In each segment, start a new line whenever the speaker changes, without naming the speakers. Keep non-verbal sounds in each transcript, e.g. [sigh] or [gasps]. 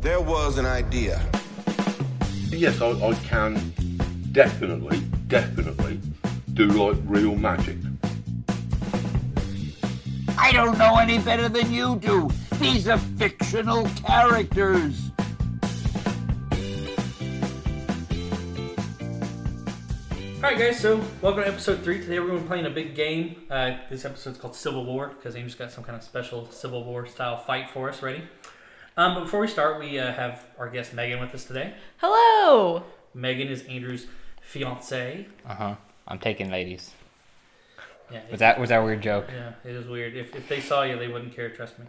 There was an idea.
Yes, I, I can definitely, definitely do like real magic.
I don't know any better than you do. These are fictional characters.
Alright, guys, so welcome to episode 3. Today we're going to be playing a big game. Uh, this episode's called Civil War because Andrew's got some kind of special Civil War style fight for us ready. Um, but before we start, we uh, have our guest Megan with us today.
Hello.
Megan is Andrew's fiance.
Uh huh. I'm taking ladies.
Yeah, it,
Was that was that a weird joke?
yeah, it is weird. If, if they saw you, they wouldn't care, trust me.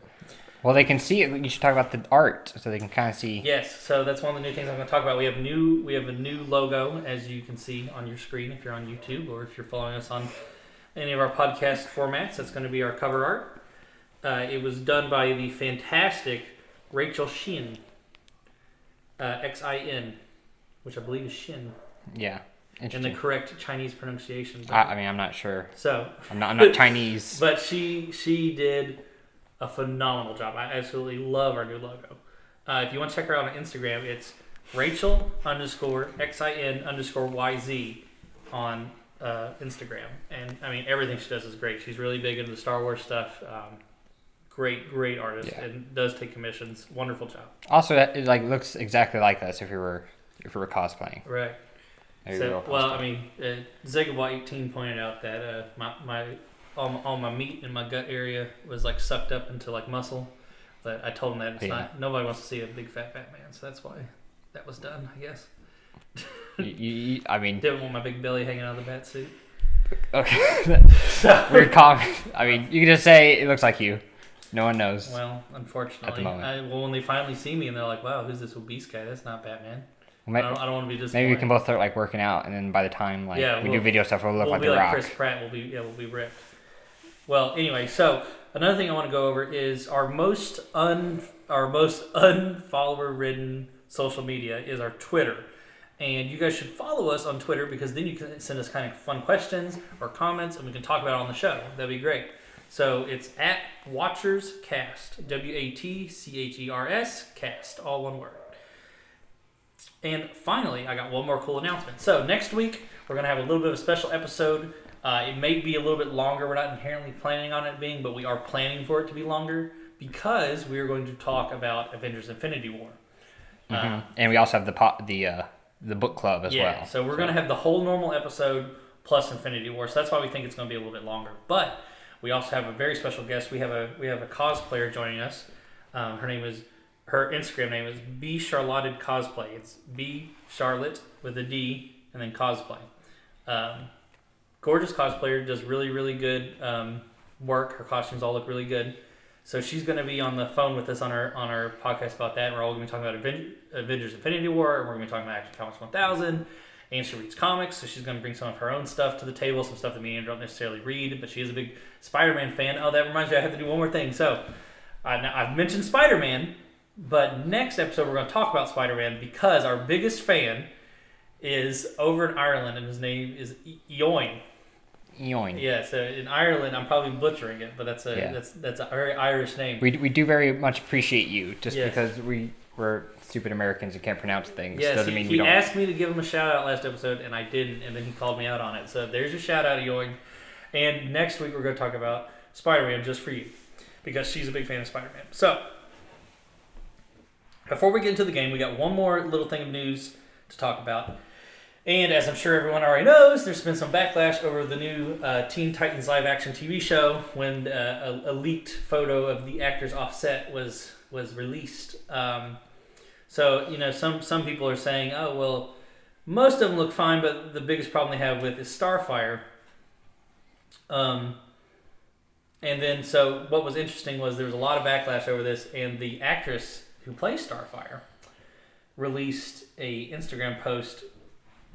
Well, they can see it. You should talk about the art so they can kind of see.
Yes, so that's one of the new things I'm going to talk about. We have new we have a new logo as you can see on your screen if you're on YouTube or if you're following us on any of our podcast formats. That's going to be our cover art. Uh, it was done by the fantastic Rachel Shin, uh, X I N, which I believe is Shin
Yeah.
in the
Interesting.
correct Chinese pronunciation.
I, I mean, I'm not sure.
so
I'm not. I'm not Chinese.
but she she did a phenomenal job. I absolutely love our new logo. Uh, if you want to check her out on Instagram, it's Rachel underscore xin underscore yz on uh, Instagram. And I mean, everything she does is great. She's really big into the Star Wars stuff. Um, great, great artist,
Yeah.
and does take commissions. Wonderful job.
Also, that- it like looks exactly like us if we were if we were cosplaying.
Right.
Maybe we
So,
were
well,
cosplaying.
I mean, uh, Zegabot18 pointed out that uh, my, my all, my all my meat in my gut area was like sucked up into like muscle, but I told him that it's
Yeah.
not. Nobody wants to see a big fat fat man, so that's why that was done. I guess
You- you- you- I mean,
didn't want my big belly hanging out of the bat suit.
okay. weird comment. I mean, you can just say it looks like you. No one knows.
Well, unfortunately,
moment.
I, well, when they finally see me and they're like, "Wow, who's this obese guy? That's not Batman."
May-
I don't, uh, I don't want to be disappointed.
Maybe we can both start like working out, and then by the time like
Yeah,
we
we'll-
do video stuff, we'll look
we'll
like
be
the
like
Rock.
Chris Pratt. We'll be yeah, we'll be ripped. Well, anyway, so another thing I want to go over is our most un our most unfollower ridden social media is our Twitter, and you guys should follow us on Twitter because then you can send us kind of fun questions or comments, and we can talk about it on the show. That'd be great. So it's at Watchers Cast, W A T C H E R S Cast, all one word. And finally, I got one more cool announcement. So next week we're gonna have a little bit of a special episode. Uh, it may be a little bit longer. We're not inherently planning on it being, but we are planning for it to be longer because we are going to talk about Avengers: Infinity War.
Mhm. And we also have the po- the uh, the book club as
Yeah,
well.
so we're gonna have the whole normal episode plus Infinity War. So that's why we think it's gonna be a little bit longer. But we also have a very special guest. We have a we have a cosplayer joining us. Um, her name is her Instagram name is B Charlotted Cosplay. It's B Charlotte with a D and then cosplay. Um, gorgeous cosplayer does really really good um, work. Her costumes all look really good. So she's going to be on the phone with us on our on our podcast about that. And we're all going to be talking about Aven- Avengers: Infinity War, and we're going to be talking about Action Comics 1000. And she reads comics, so she's going to bring some of her own stuff to the table, some stuff that me and Andrew don't necessarily read, but she is a big Spider-Man fan. Oh, that reminds me, I have to do one more thing. So, I, now, I've mentioned Spider-Man, but next episode we're going to talk about Spider-Man because our biggest fan is over in Ireland, and his name is E- Eoin.
Yoink.
Yeah, so in Ireland, I'm probably butchering it, but that's a
Yeah.
that's that's a very Irish name.
We, we do very much appreciate you just
Yes.
because we we're stupid Americans and can't pronounce things
Yes,
doesn't
he,
mean
he
we don't.
asked me to give him a shout out last episode, and I didn't, and then he called me out on it. So there's your shout out, Yoing. And next week we're going to talk about Spider Man just for you, because she's a big fan of Spider Man. So before we get into the game, we got one more little thing of news to talk about. And as I'm sure everyone already knows, there's been some backlash over the new uh, Teen Titans live action TV show when uh, a, a leaked photo of the actors offset was was released. Um, so you know, some some people are saying, oh well, most of them look fine, but the biggest problem they have with is Starfire. Um, and then so what was interesting was there was a lot of backlash over this, and the actress who plays Starfire released a Instagram post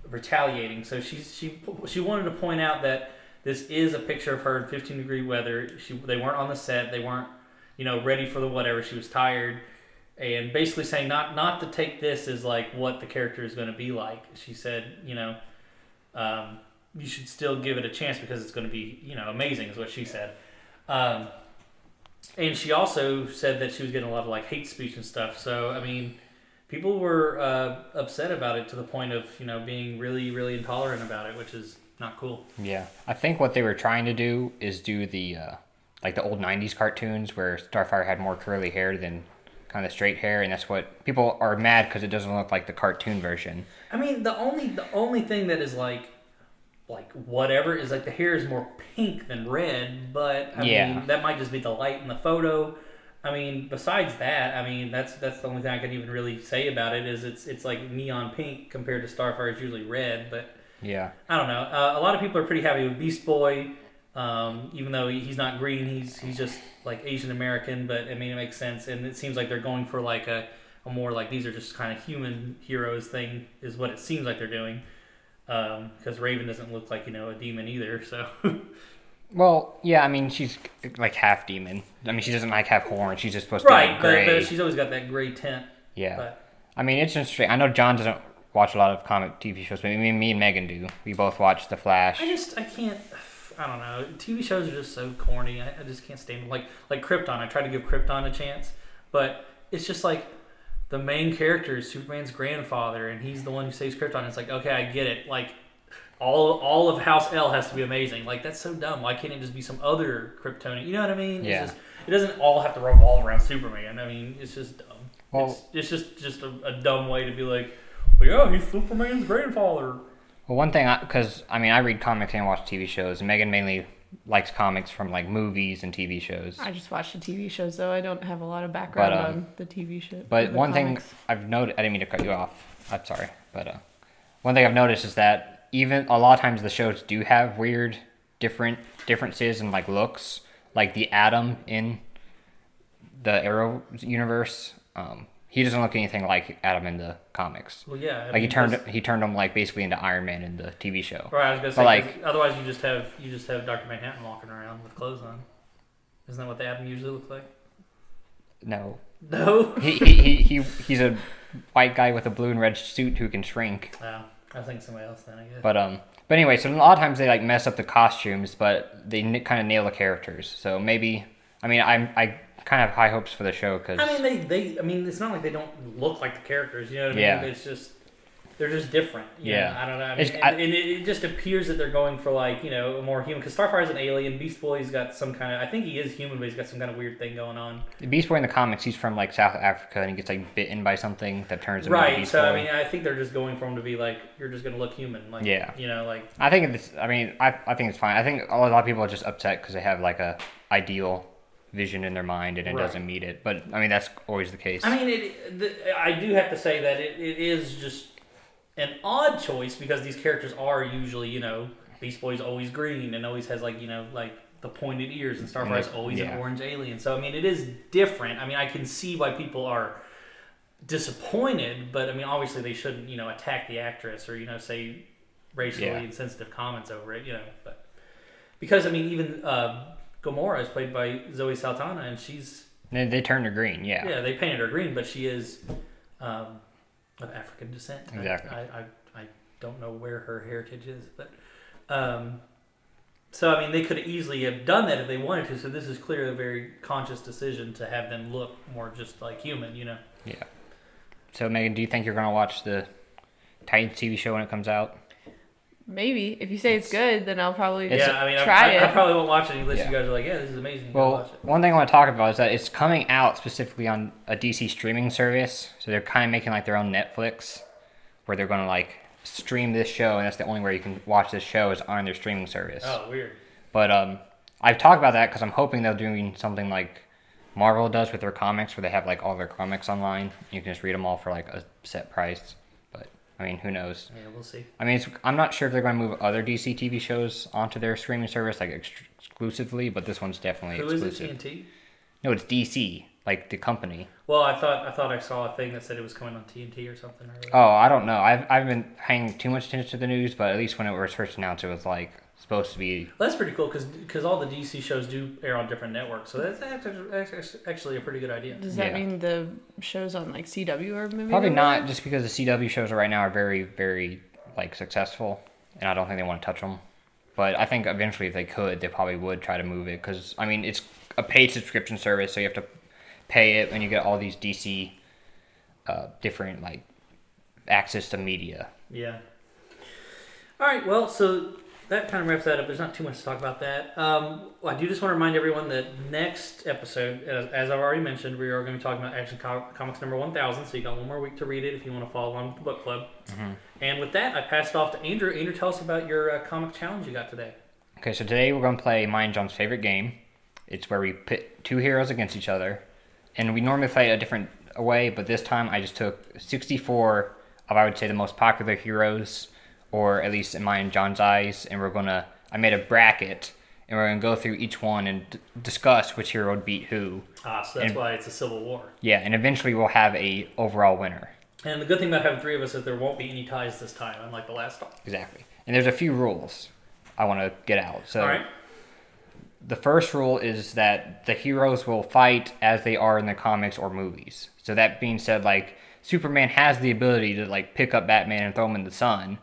retaliating. So she she she wanted to point out that this is a picture of her in 15 degree weather. She they weren't on the set. They weren't you know ready for the whatever. She was tired, and basically saying not not to take this as like what the character is going to be like. She said you know. Um, you should still give it a chance because it's going to be, you know, amazing, is what she said. Um, and she also said that she was getting a lot of like hate speech and stuff. So I mean, people were uh, upset about it to the point of you know being really really intolerant about it, which is not cool.
Yeah, I think what they were trying to do is do the uh, like the old '90s cartoons where Starfire had more curly hair than kind of straight hair, and that's what people are mad because it doesn't look like the cartoon version.
I mean, the only the only thing that is like like whatever is like the hair is more pink than red, but I
Yeah.
mean that might just be the light in the photo. I mean, besides that, I mean that's that's the only thing I can even really say about it is it's it's like neon pink compared to Starfire is usually red, but
Yeah,
I don't know. Uh, a lot of people are pretty happy with Beast Boy, um, even though he- he's not green. He's he's just like Asian American, but I mean it makes sense, and it seems like they're going for like a, a more like these are just kind of human heroes thing is what it seems like they're doing. Because Raven doesn't look like you know a demon either, so [laughs]
well, yeah, I mean she's like half demon. I mean she doesn't like have horns. She's just supposed to be
right.
like,
But,
gray.
but she's always got that gray tint.
yeah,
But
I mean it's interesting. I know John doesn't watch a lot of comic TV shows, but me, me and Megan do. We both watch The Flash.
I just I can't. I don't know. TV shows are just so corny. I, I just can't stand them. Like like Krypton. I tried to give Krypton a chance, but it's just like the main character is Superman's grandfather, and he's the one who saves Krypton. It's like okay, I get it. Like all all of House L has to be amazing. Like that's so dumb. Why can't it just be some other Kryptonian? You know what I mean? It's
Yeah.
just, it doesn't all have to revolve around Superman. I mean, it's just dumb.
Well-
it's, it's just just a, a dumb way to be like, well, yeah, he's Superman's grandfather.
Well, one thing, because I, mean, I read comics and watch TV shows. and Megan mainly likes comics from like movies and TV shows.
I just watch the TV shows, though. I don't have a lot of background
But, um,
on the TV show.
But
the
one
comics.
thing I've noticed, I didn't mean to cut you off. I'm sorry, but uh, one thing I've noticed is that even a lot of times the shows do have weird, different differences in like looks, like the Atom in the Arrow universe. Um, he doesn't look anything like Adam in the comics.
Well, yeah. I
Like he
mean,
turned
that's-
he turned him like basically into Iron Man in the TV show.
Right, I was gonna
But,
say.
like-
'cause otherwise, you just have you just have Doctor Manhattan walking around with clothes on. Isn't that what the Adam usually looks like?
[laughs] No,
No.
he, he, he, he he's a white guy with a blue and red suit who can shrink.
Oh, I think somebody else then. I guess.
But um, but anyway, so a lot of times they like mess up the costumes, but they n- kind of nail the characters. So maybe I mean I'm I kind of have high hopes for the show because
I mean, they, they I mean, it's not like they don't look like the characters. You know what I mean?
Yeah.
It's just they're just different. you
Yeah.
know? I don't know. I mean,
It's-
and,
I-
and it, it just appears that they're going for like you know a more human because Starfire's an alien. Beast Boy's got some kind of I think he is human, but he's got some kind of weird thing going on.
Beast Boy in the comics, he's from like South Africa and he gets like bitten by something that turns him into
Right.
Beast
So
Boy.
I mean, I think they're just going for him to be like you're just gonna look human. Like
Yeah.
You know, like
I think this. I mean, I, I think it's fine. I think a lot of people are just upset because they have like a ideal vision in their mind and it
Right.
doesn't meet it. But I mean, that's always the case.
I mean, it, the, I do have to say that it, it is just an odd choice because these characters are usually, you know, Beast Boy's always green and always has like, you know, like the pointed ears, and Starfire's
Like,
always
yeah.
an orange alien. So I mean, it is different. I mean, I can see why people are disappointed, but I mean, obviously they shouldn't, you know, attack the actress or you know say racially
Yeah.
insensitive comments over it, you know, but because I mean, even uh, Gamora is played by Zoe Saltana, and she's
they, they turn to green.
yeah, they painted her green, but she is um, of African descent. I-
Exactly.
I, I, I don't know where her heritage is, but um, so I mean, they could easily have done that if they wanted to. So this is clearly a very conscious decision to have them look more just like human, you know.
Yeah. So Megan, do you think you're gonna watch the Titans TV show when it comes out?
maybe if you say it's good, then I'll probably
It's-
just
yeah, I mean, I-
try
I,
it.
I, probably won't watch it unless
Yeah.
you guys are like, yeah, this is amazing. I'll
Well,
watch it.
one thing I want to talk about is that it's coming out specifically on a DC streaming service, so they're kind of making like their own Netflix, where they're gonna like stream this show, and that's the only way you can watch this show is on their streaming service.
Oh, weird.
But um, I've talked about that because I'm hoping they're doing something like Marvel does with their comics, where they have like all their comics online. You can just read them all for like a set price. But I mean, who knows?
Yeah, we'll see.
I mean, it's, I'm not sure if they're going to move other DC TV shows onto their streaming service like ex- exclusively, but this one's definitely
Who is it?
exclusive.
TNT.
no, it's DC, like the company.
Well, I thought I thought I saw a thing that said it was coming on TNT or something. Or
Oh, I don't know. I've I've been paying too much attention to the news, but at least when it was first announced, it was like supposed to be.
Well, That's pretty cool because all the DC shows do air on different networks, so that's act- act- actually a pretty good idea.
Does that
Yeah.
mean the shows on like CW are moving?
Probably
over?
not, just because the CW shows right now are very, very like successful, and I don't think they want to touch them. But I think eventually, if they could, they probably would try to move it because I mean it's a paid subscription service, so you have to pay it, and you get all these DC uh, different like access to media.
Yeah. All right. Well, so that kind of wraps that up. There's not too much to talk about that. Um, well, I do just want to remind everyone that next episode, as, as I've already mentioned, we are going to be talking about Action Com- Comics number 1000. So you got one more week to read it if you want to follow along with the book club. And with that, I pass it off to Andrew. Andrew, tell us about your uh, comic challenge you got today.
Okay, so today we're gonna play mine and John's favorite game. It's where we pit two heroes against each other, and we normally play it a different way, but this time I just took 64 of I would say the most popular heroes, or at least in mine and John's eyes, and we're gonna I made a bracket, and we're gonna go through each one and d- discuss which hero would beat who.
Ah, so that's
And-
why it's a civil war.
Yeah, and eventually we'll have a overall winner.
And the good thing about having three of us is there won't be any ties this time, unlike the last time.
Exactly. And there's a few rules I want to get out. So
All right.
the first rule is that the heroes will fight as they are in the comics or movies. So that being said, like Superman has the ability to like pick up Batman and throw him in the sun,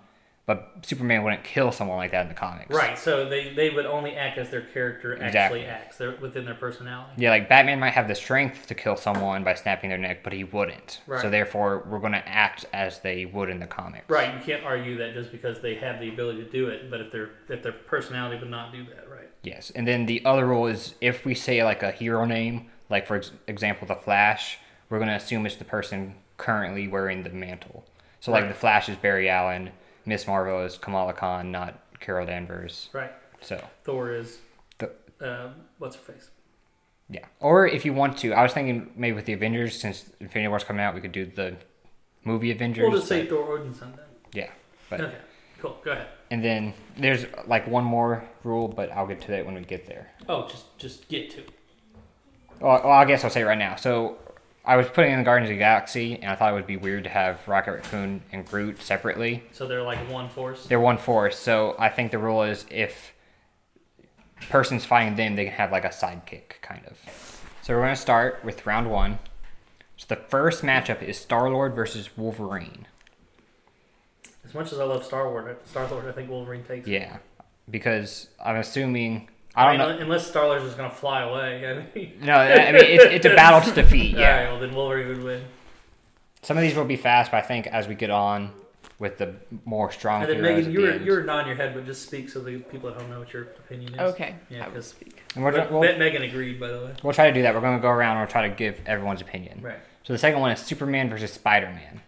but Superman wouldn't kill someone like that in the comics.
Right. So they, they would only act as their character actually
Exactly.
acts they're within their personality.
Yeah, like Batman might have the strength to kill someone by snapping their neck, but he wouldn't.
Right.
So therefore, we're going to act as they would in the comics.
Right, you can't argue that just because they have the ability to do it, but if their if their personality would not do that, right?
Yes, and then the other rule is if we say like a hero name, like for ex- example, the Flash, we're gonna assume it's the person currently wearing the mantle. So like
Right.
the Flash is Barry Allen, Miss Marvel is Kamala Khan, not Carol Danvers.
Right.
So
Thor is,
the,
uh, what's her face?
yeah, or if you want to, I was thinking maybe with the Avengers, since Infinity War's coming out, we could do the movie Avengers.
We'll just say
but-
Thor Odinson then.
yeah, but
Okay, cool. Go ahead.
and then there's like one more rule, but I'll get to that when we get there.
Oh, just just get to. it.
Well, well, I guess I'll say it right now. So, I was putting in the Guardians of the Galaxy, and I thought it would be weird to have Rocket Raccoon and Groot separately.
So they're like one force.
They're one force, so I think the rule is if person's fighting them, they can have like a sidekick, kind of. So we're going to start with round one. So the first matchup is Star Lord versus Wolverine.
As much as I love Star Lord, Star Lord, I think Wolverine takes. it.
Yeah, because I'm assuming
I
I don't
mean,
know.
unless Star Lord's just gonna fly away. [laughs] I mean,
No, I mean it's,
[laughs]
it's a battle to defeat.
yeah.
Yeah.
All right, well then Wolverine would win.
Some of these will be fast, but I think as we get on with the more strong
And then Megan,
heroes at
you
the
were
end-
you were nodding your head, but just speak so the people at home know what your opinion is.
Okay,
Yeah,
I will
'cause-
speak.
And we're,
But,
we'll,
Bet Megan agreed, by the way.
we'll try to do that. We're going to go around and we'll try to give everyone's opinion.
Right.
So the second one is Superman versus Spider Man.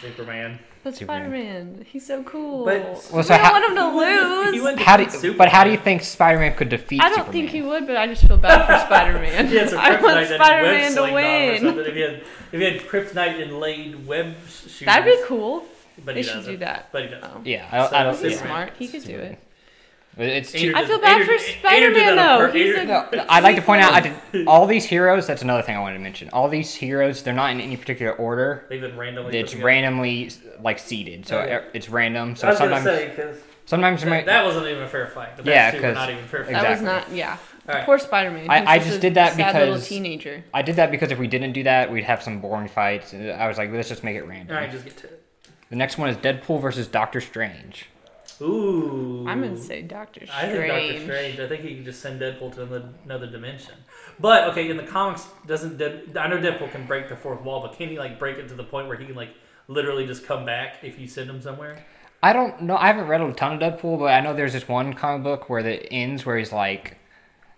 Superman.
But
Superman.
Spider Man, he's so cool.
But-
we
Well, so
don't
how-
want him to
He
lose.
went to
How do
Superman.
you, but how do you think Spider Man could defeat?
I don't
Superman?
think he would, but I just feel
[laughs]
bad for Spider Man.
He had some
[laughs] I want
kryptonite
Spider
that
Man
he web
to
sling on or
win.
something. If he had, if he had kryptonite inlaid web s- shoes,
[laughs] That'd be cool.
But
They
he
should
doesn't.
do that.
But he doesn't.
Oh.
Yeah, I don't. I don't
So-
He's
yeah.
Superman.
smart. He could do it.
But It's
Andrew
too,
I feel
doesn't-
bad
Andrew-
for
Andrew did
Spider-Man,
that on
though.
purpose.
He's
Andrew-
a-
no, I'd like to point out I
[laughs]
did, all these heroes. That's another thing I wanted to mention. All these heroes, they're not in any particular order.
They've been randomly.
It's
put together.
randomly like seeded, so er,
Okay.
it's random.
I
So
was gonna
sometimes,
say because
sometimes you
that,
might-
that wasn't even a fair fight. But
Yeah,
that's two were
'cause-
not even fair.
That
Fight.
exactly.
was not. Yeah.
All right.
Poor Spider Man.
I- I just did that
sad little
because-
teenager.
I did that because if we didn't do that, we'd have some boring fights. and I was like, let's just make it random.
All right, just get to it.
The next one is Deadpool versus Doctor Strange.
Ooh,
I'm gonna say Doctor
I
Strange.
think Doctor Strange. I think he can just send Deadpool to another- another dimension. But okay, in the comics, doesn't Dead, I know Deadpool can break the fourth wall, but can he like break it to the point where he can like literally just come back if you send him somewhere?
I don't know. I haven't read a ton of Deadpool, but I know there's this one comic book where it ends where he's like,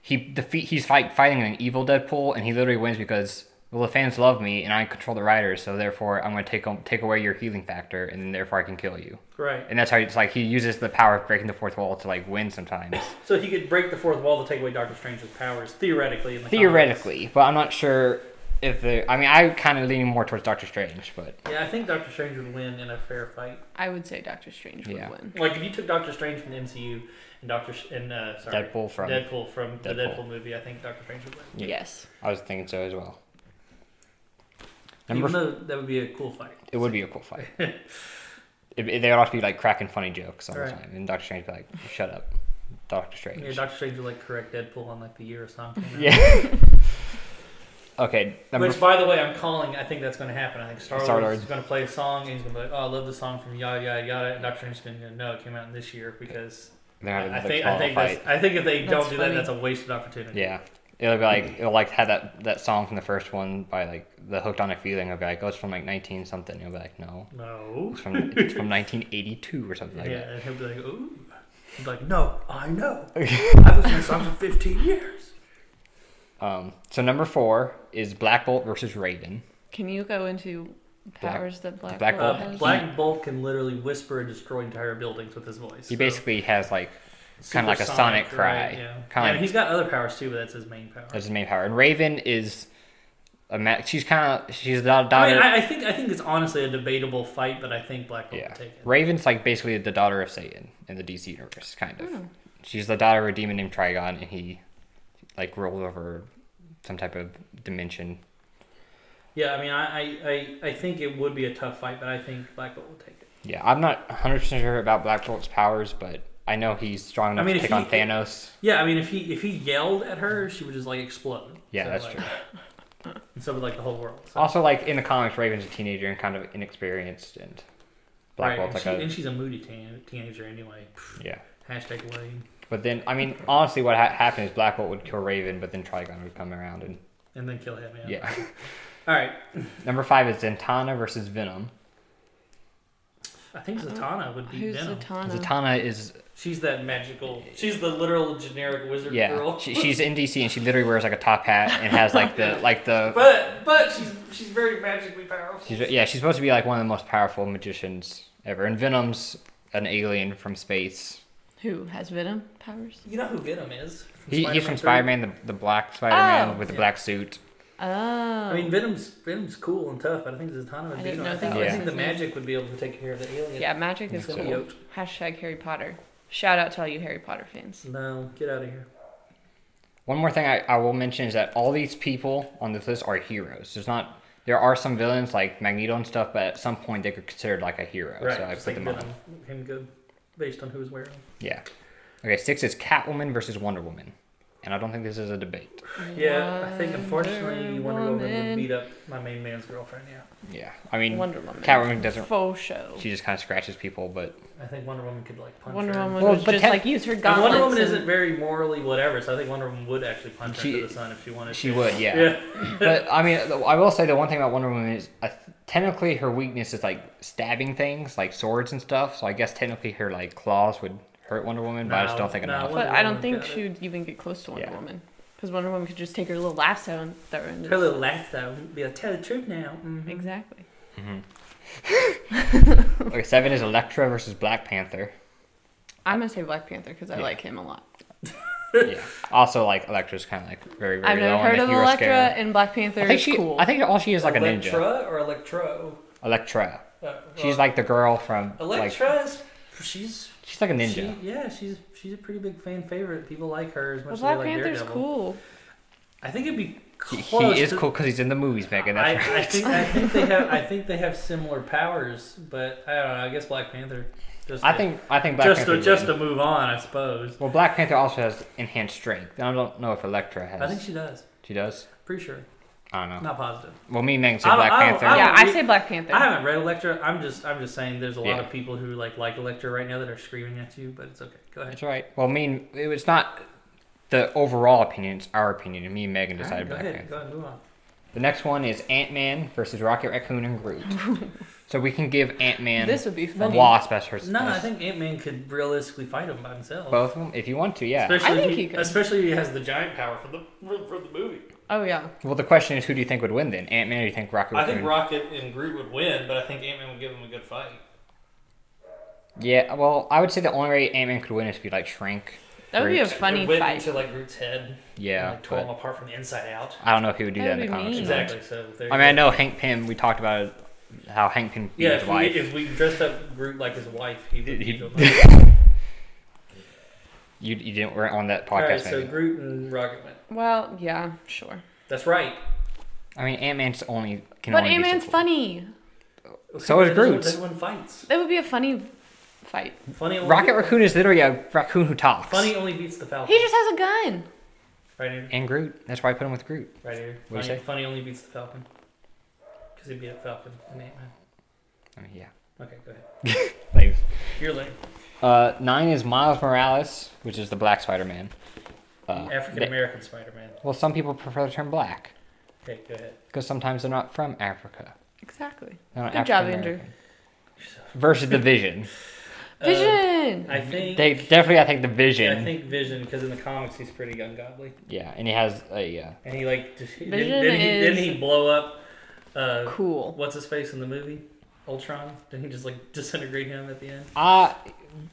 he defeat he's fight, fighting an evil Deadpool, and he literally wins because well the fans love me and I control the writers, so therefore I'm going to take o- take away your healing factor, and then therefore I can kill you.
Right.
And that's how it's like he uses the power of breaking the fourth wall to like win sometimes
So he could break the fourth wall to take away Doctor Strange's powers, theoretically. In the
[laughs] theoretically, but I'm not sure if the. I mean, I kind of lean more towards Doctor Strange, but
comics. Yeah, I think Doctor Strange would win in a fair fight.
I would say Doctor Strange would
Yeah.
win.
Like if you took Doctor Strange from the MCU and Doctor Sh- and uh, sorry,
Deadpool from-
Deadpool from the
Deadpool.
Deadpool movie, I think Doctor Strange would win.
Yeah.
Yes.
I was thinking so as well.
Even
Number
though that would be a cool fight.
It would be a
[laughs]
cool fight. it, it- they would also be like cracking funny jokes all
Right.
the time, and Doctor Strange would be like, "Shut up, Doctor Strange."
Yeah, Doctor Strange would like correct Deadpool on like the year or something.
Yeah. okay, number
Which, by the way, I'm calling. I think that's going to happen. I think Star Lord
Star-Lord.
is going to play a song, and he's going to be like, "Oh, I love the song from Yada Yada Yada," and Doctor Strange's going to go, "No, it came out this year because
they're having
I, I
the
think I
small
think
fight.
that's, I think if they
That's
don't do that,
funny.
that's a wasted opportunity."
Yeah, it'll be like it'll like have that that song from the first one by like the hooked on a feeling of like, oh, it's from like 19 something. You'll be like, no,
No.
it's
[laughs]
from it's from 1982 or something like
yeah,
that.
and he'll be like, ooh. He'd be like, no, I
[laughs]
know. I've listened to this song for 15 years.
Um, so number four is Black Bolt versus Raven.
Can you go into powers that Black,
Black
Bolt
Bolt.
has?
Uh, Black Bolt can literally whisper and destroy entire buildings with his voice.
He
so-
basically has like kind of like a sonic
Supersonic,
cry.
right, yeah.
Kind
Yeah,
of
and he's got other powers too, but that's his main power.
that's his main power. And Raven is a ma- she's kind of she's the daughter.
I, mean, I, I think I think it's honestly a debatable fight, but I think Black Bolt
yeah,
will take it.
Raven's like basically the daughter of Satan in the DC universe, kind of. She's the daughter of a demon named Trigon, and he like rolled over some type of dimension.
Yeah, I mean, I, I, I, I think it would be a tough fight, but I think Black Bolt will take it.
Yeah, I'm not 100 percent sure about Black Bolt's powers, but I know he's strong enough
mean,
to
if
take
he-
on Thanos.
Yeah, I mean, if he if he yelled at her, she would just like explode.
Yeah,
So,
that's
like,
true.
And so would like the whole world. So,
Also, like in the comics, Raven's a teenager and kind of inexperienced, and Black
right, and,
Bolt's
she-
like
and she's a moody teen, teenager anyway.
a yeah.
Hashtag Wayne.
But then, I mean, honestly, what ha- happened is Black Bolt would kill Raven, but then Trigon would come around and
And then kill him. Yeah.
yeah.
All right.
[laughs] Number five is Zatanna versus Venom.
I think Zatanna would be
Who's
Venom.
Zatanna?
Zatanna is
She's that magical. She's the literal generic wizard
yeah.
girl.
She, she's in DC and she literally wears like a top hat and has
[laughs]
like the like the
but but she's she's very magically powerful.
she's, yeah she's supposed to be like one of the most powerful magicians ever. And Venom's an alien from space.
Who has Venom powers?
You know who Venom is? From
He, he's from
three.
Spider Man, the, the black Spider Man
Oh.
with the
Yeah.
black suit.
Oh.
I mean, Venom's Venom's cool and tough, but I think Zatanna would
I
be.
didn't
I,
know
think,
that
I
was
think the
his name.
magic would be able to take care of the alien.
yeah, magic is
So-
cool. Hashtag Harry Potter. Shout out to all you Harry Potter fans.
No, get out of here.
One more thing I, I will mention is that all these people on this list are heroes. There's not there are some villains like Magneto and stuff, but at some point they were considered like a hero.
Right.
So I
just
put
like
them on.
Venom. Him good, based on who was wearing.
Yeah. Okay, six is Catwoman versus Wonder Woman. And I don't think this is a debate.
Yeah, I think unfortunately Wonder Woman,
Woman.
would beat up my main man's girlfriend. Yeah,
Yeah. I mean
Wonder Woman.
Catwoman doesn't
Faux show.
she just kinda scratches people, but
I think Wonder Woman could like punch
Wonder
her.
Woman
Well,
would
but
just
tec-
like use her
And
gauntlets.
Wonder Woman
and-
isn't very morally whatever, so I think Wonder Woman would actually punch
She-
her to the sun if she wanted.
[laughs] she
to.
would, yeah.
Yeah.
[laughs] but I mean I will say the one thing about Wonder Woman is uh, technically her weakness is like stabbing things, like swords and stuff. So I guess technically her like claws would hurt Wonder Woman, but I just
No,
don't think
no,
enough.
But
Wonder
I don't
Woman
think
got it.
she would even get close to Wonder
Yeah.
Woman. Because Wonder Woman could just take her little lasso and throw her into
Her little laugh though would be like, "Tell the truth now." Mhm.
Exactly.
Okay, seven is Elektra versus
[laughs]
Black Panther.
I'm going to say Black Panther because I
Yeah.
like him a lot.
Yeah. Also, like Elektra's kind of like very, very
I've never
low
heard
on
of
the hero
Elektra,
scale.
and Black Panther
I think
is
she.
cool.
I think all she is like a ninja.
Electra or Electro?
Elektra.
Uh, well,
She's like the girl from. Like,
Electra is she's
she's like a ninja.
She, yeah, she's she's a pretty big fan favorite. People like her as much
But
as
Black
they like
Panther's
Daredevil.
cool.
I think it'd be
He-
close.
he is
to-
cool because he's in the movies, Megan.
I,
That's
I
right.
think I think they have I think they have similar powers, but I don't know. I guess Black Panther. Just
I
to-
think. I think Black
just
Panther.
to, just
would.
to move on, I suppose.
well, Black Panther also has enhanced strength. and I don't know if Elektra has.
I think she does.
She does.
Pretty sure.
I don't know.
Not positive.
Well, me and Megan
I
said
don't-
Black
I don't-
Panther.
I don't
Yeah, I
read-
say Black Panther.
I haven't read Electra. I'm just I'm just saying there's a lot
Yeah.
of people who like like Electra right now that are screaming at you, but it's okay. Go ahead.
That's right. Well, me and it was not the overall opinion. It's our opinion, and me and Megan
All right,
decided
go
Black
ahead.
Panther.
Go ahead. Move on.
The next one is Ant Man versus Rocket Raccoon and Groot.
[laughs]
so we can give Ant Man
This would be
the
fun.
Wasp as her.
No, I
as
think Ant Man could realistically fight him by himself.
both of them, if you want to, yeah.
Especially,
I think
if he,
he could.
especially if he has the giant power for the for, for the movie.
Oh, yeah.
Well, the question is, who do you think would win then, Ant Man or do you think Rocket?
I think
Raccoon?
Rocket and Groot would win, but I think Ant Man would give him a good fight.
Yeah, well, I would say the only way Ant Man could win is if you like shrink.
That would be a
Groot.
funny
It went
fight.
into like Groot's head. and,
Yeah,
like tore him
but
apart from the inside out.
I don't know if he would do
That
that,
would
in the
be
comics.
mean.
or not.
Exactly. So there
I
you
mean, I
go.
know Hank Pym. We talked about it, how Hank Pym beat
Yeah,
his
if we,
wife.
if we dressed up Groot like his wife, he would.
He-
beat him up.
you you didn't weren't on that
All
podcast.
right, so
maybe.
Groot and Rocket win.
Well, yeah, sure.
That's right.
I mean, Ant Man's only can
But
only
Ant
be so
Man's
cool.
funny.
So is Groot's.
Everyone fights.
That would be a funny fight.
Funny. Only
Rocket Raccoon is literally a raccoon who talks.
Funny only beats the Falcon.
He just has a gun.
right here.
And Groot. That's why I put him with Groot.
Right here.
What'd you
Funny,
say?
funny only beats the Falcon. Because he beat up Falcon and Ant Man.
I mean, yeah.
Okay, go ahead.
Like,
You're late.
Uh, nine is Miles Morales, which is the Black Spider Man. Uh,
African
they-
American Spider Man.
Well, some people prefer the term black.
Okay, go ahead.
because sometimes they're not from Africa.
Exactly.
They're not
Good job,
African-American.
Andrew.
Versus
[laughs]
the Vision,
Vision.
I think.
they definitely I think the
yeah,
Vision.
I think Vision because in the comics he's pretty ungodly,
yeah, and he has a uh,
and he like just, Vision
Vision
didn't, didn't he, didn't
is-
he blow up? Uh,
cool.
what's his face in the movie? Ultron. Didn't he just like [laughs] disintegrate him at the end?
uh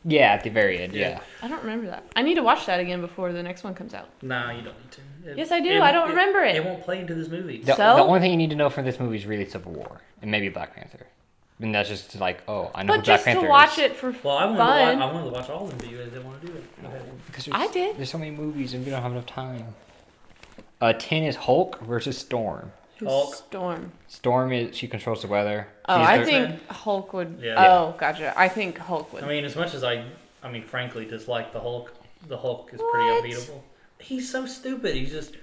yeah at the very end.
Yeah.
Yeah,
I don't remember that. I need to watch that again before the next one comes out.
Nah, you don't need to. It-
Yes, I do.
it-
I don't remember it.
It won't play into this movie.
The,
So?
the only thing you need to know from this movie is really Civil War and maybe Black Panther, and that's just like oh I know who Black
But just
Panther
to watch
is.
it for
Well, I wanted,
fun.
To watch, I wanted to watch all of them, but you guys didn't want to do it. Go ahead.
Because
I did.
There's so many movies and we don't have enough time. Uh, ten is Hulk versus Storm.
Who's
Hulk.
Storm.
Storm is she controls the weather.
Oh,
She's
I
the-
think
fan?
Hulk would.
Yeah.
Oh, gotcha. I think Hulk would.
I mean, as much as I, I mean, frankly, dislike the Hulk. The Hulk is
What?
pretty unbeatable. He's so stupid. He's just,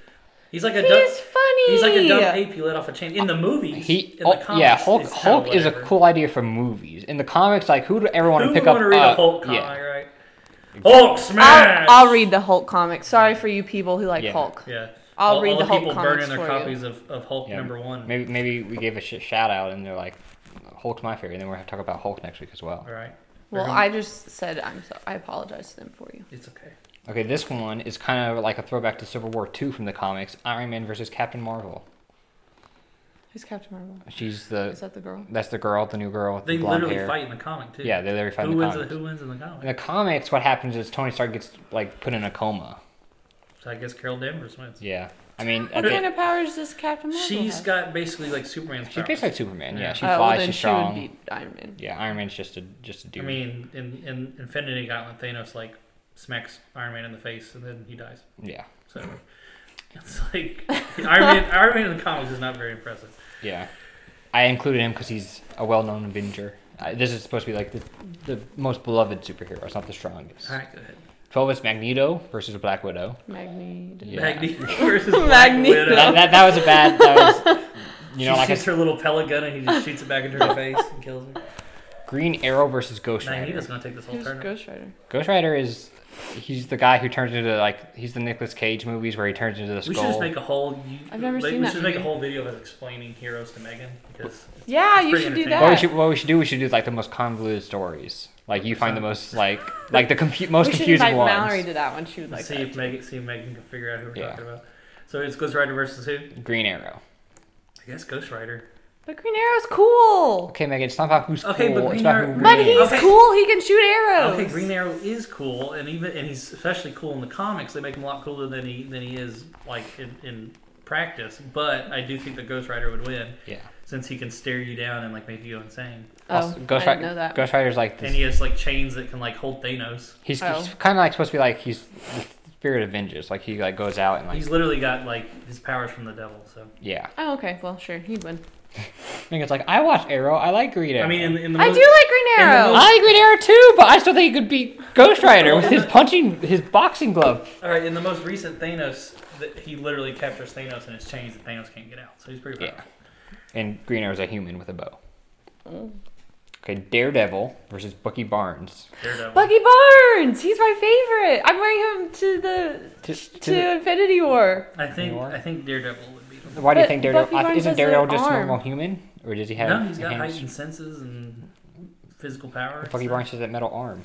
he's like a dumb.
he's funny.
He's like a dumb ape you let off a chain in the movie.
he.
in
oh,
the comics,
yeah, Hulk.
it's kinda
Hulk is a
whatever.
cool idea for movies. In the comics, like who do everyone
Who
pick
would
up?
want to read
uh,
a Hulk comic,
yeah.
right? Hulk smash.
I'll, I'll read the Hulk comic. Sorry for you people who like
Yeah.
Hulk.
Yeah,
I'll
all,
read
all
the Hulk
people
comics
burning their
for you.
copies of, of Hulk
Yeah,
number one.
Maybe maybe we gave a sh- shout out and they're like, Hulk's my favorite. And then we're gonna talk about Hulk next week as well.
All right,
Well, I just said I'm. So, I apologize to them for you.
it's okay.
Okay, this one is kind of like a throwback to Civil War Two from the comics. Iron Man versus Captain Marvel.
Who's Captain Marvel?
She's the.
Is that the girl?
That's the girl, the new girl with
They
the blonde
literally
hair.
fight in the comic too.
Yeah, they literally fight in
who
the
wins?
comics.
The, who wins in the
In
comic?
the comics, what happens is Tony Stark gets like put in a coma.
So I guess Carol Danvers wins.
Yeah, I mean,
What
at the-
kind of powers does Captain Marvel
She's
have?
got basically like Superman's
she's
powers.
basically like Superman. Yeah,
Yeah.
she
Oh, well,
flies.
then
she's
she would
strong.
be Iron Man.
Yeah, Iron Man's just a just a
I
dude.
mean, in, in Infinity Gauntlet, Thanos like smacks Iron Man in the face and then he dies.
yeah,
So it's like Iron Man. Iron Man in the comics is not very impressive.
yeah. I included him because he's a well-known Avenger. I, this is supposed to be like the the most beloved superhero. It's not the strongest.
All right, go ahead.
Twelve is Magneto versus Black Widow.
Magneto.
Yeah.
[laughs]
Magneto versus Black
Magneto.
Widow.
That, that, that was a bad. That was, you know,
she
like a
shoots her little pellet gun and he just shoots it back into
[laughs]
her face and kills her.
Green Arrow versus Ghost Rider.
Magneto's gonna take this whole
Who's
tournament.
Ghost Rider?
Ghost Rider is he's the guy who turns into like he's the Nicolas Cage movies where he turns into the
We should just
skull.
make a whole. You,
I've never
like,
seen
We
that
should make a
movie.
whole video of us explaining heroes to Megan because
Yeah,
It's
you
pretty
should do
entertaining.
that.
What we should what we should do we should do like the most convoluted stories. Like you find the most like like the confu- most
we should
confusing
invite
ones.
Mallory to that one. She would like
see
that.
if Megan see if Megan can figure out who we're
Yeah.
talking about. So it's Ghost Rider versus who?
Green Arrow.
I guess Ghost Rider.
But Green Arrow's cool.
Okay, Megan, it's not about who's
Okay,
cool.
but
it's
Green
about
Arrow-
who
But
Green
he's
is.
Okay.
cool. He can shoot arrows.
Okay, Green Arrow is cool, and even and he's especially cool in the comics. They make him a lot cooler than he than he is like in, in practice. But I do think that Ghost Rider would win
Yeah.
since he can stare you down and like make you go insane,
Oh,
Also, Ghost
I
Rider.
didn't know that.
Ghost Rider's like
and he
this.
has like chains that can like hold Thanos.
He's,
Oh.
he's kind of like supposed to be like he's the spirit of vengeance. Like he like goes out and like
He's literally got like his powers from the devil. So
yeah.
Oh, okay. Well, sure. He'd win.
Megan's like I watch Arrow. I like Green Arrow.
I mean, in, the- in the
I
mo-
do like Green
in the
Arrow.
I like Green Arrow too, but I still think he could beat Ghost Rider with his punching his boxing glove.
all right. In the most recent Thanos, th- he literally captures Thanos in his chains, and Thanos can't get out. So he's pretty powerful.
Yeah. And Green Arrow's a human with a bow. Okay, Daredevil versus Bucky Barnes.
Daredevil.
Bucky Barnes. He's my favorite. I'm wearing him to the
To-
to,
to the-
Infinity War.
I think
Nor?
I think Daredevil would beat him.
Why do you
But
think Daredevil?
Bucky
I-
Barnes
isn't
has
Daredevil
an
just a
arm.
normal human, or does he have?
No, he's got
hands?
heightened senses and physical power.
Bucky
so-
Barnes has that metal arm.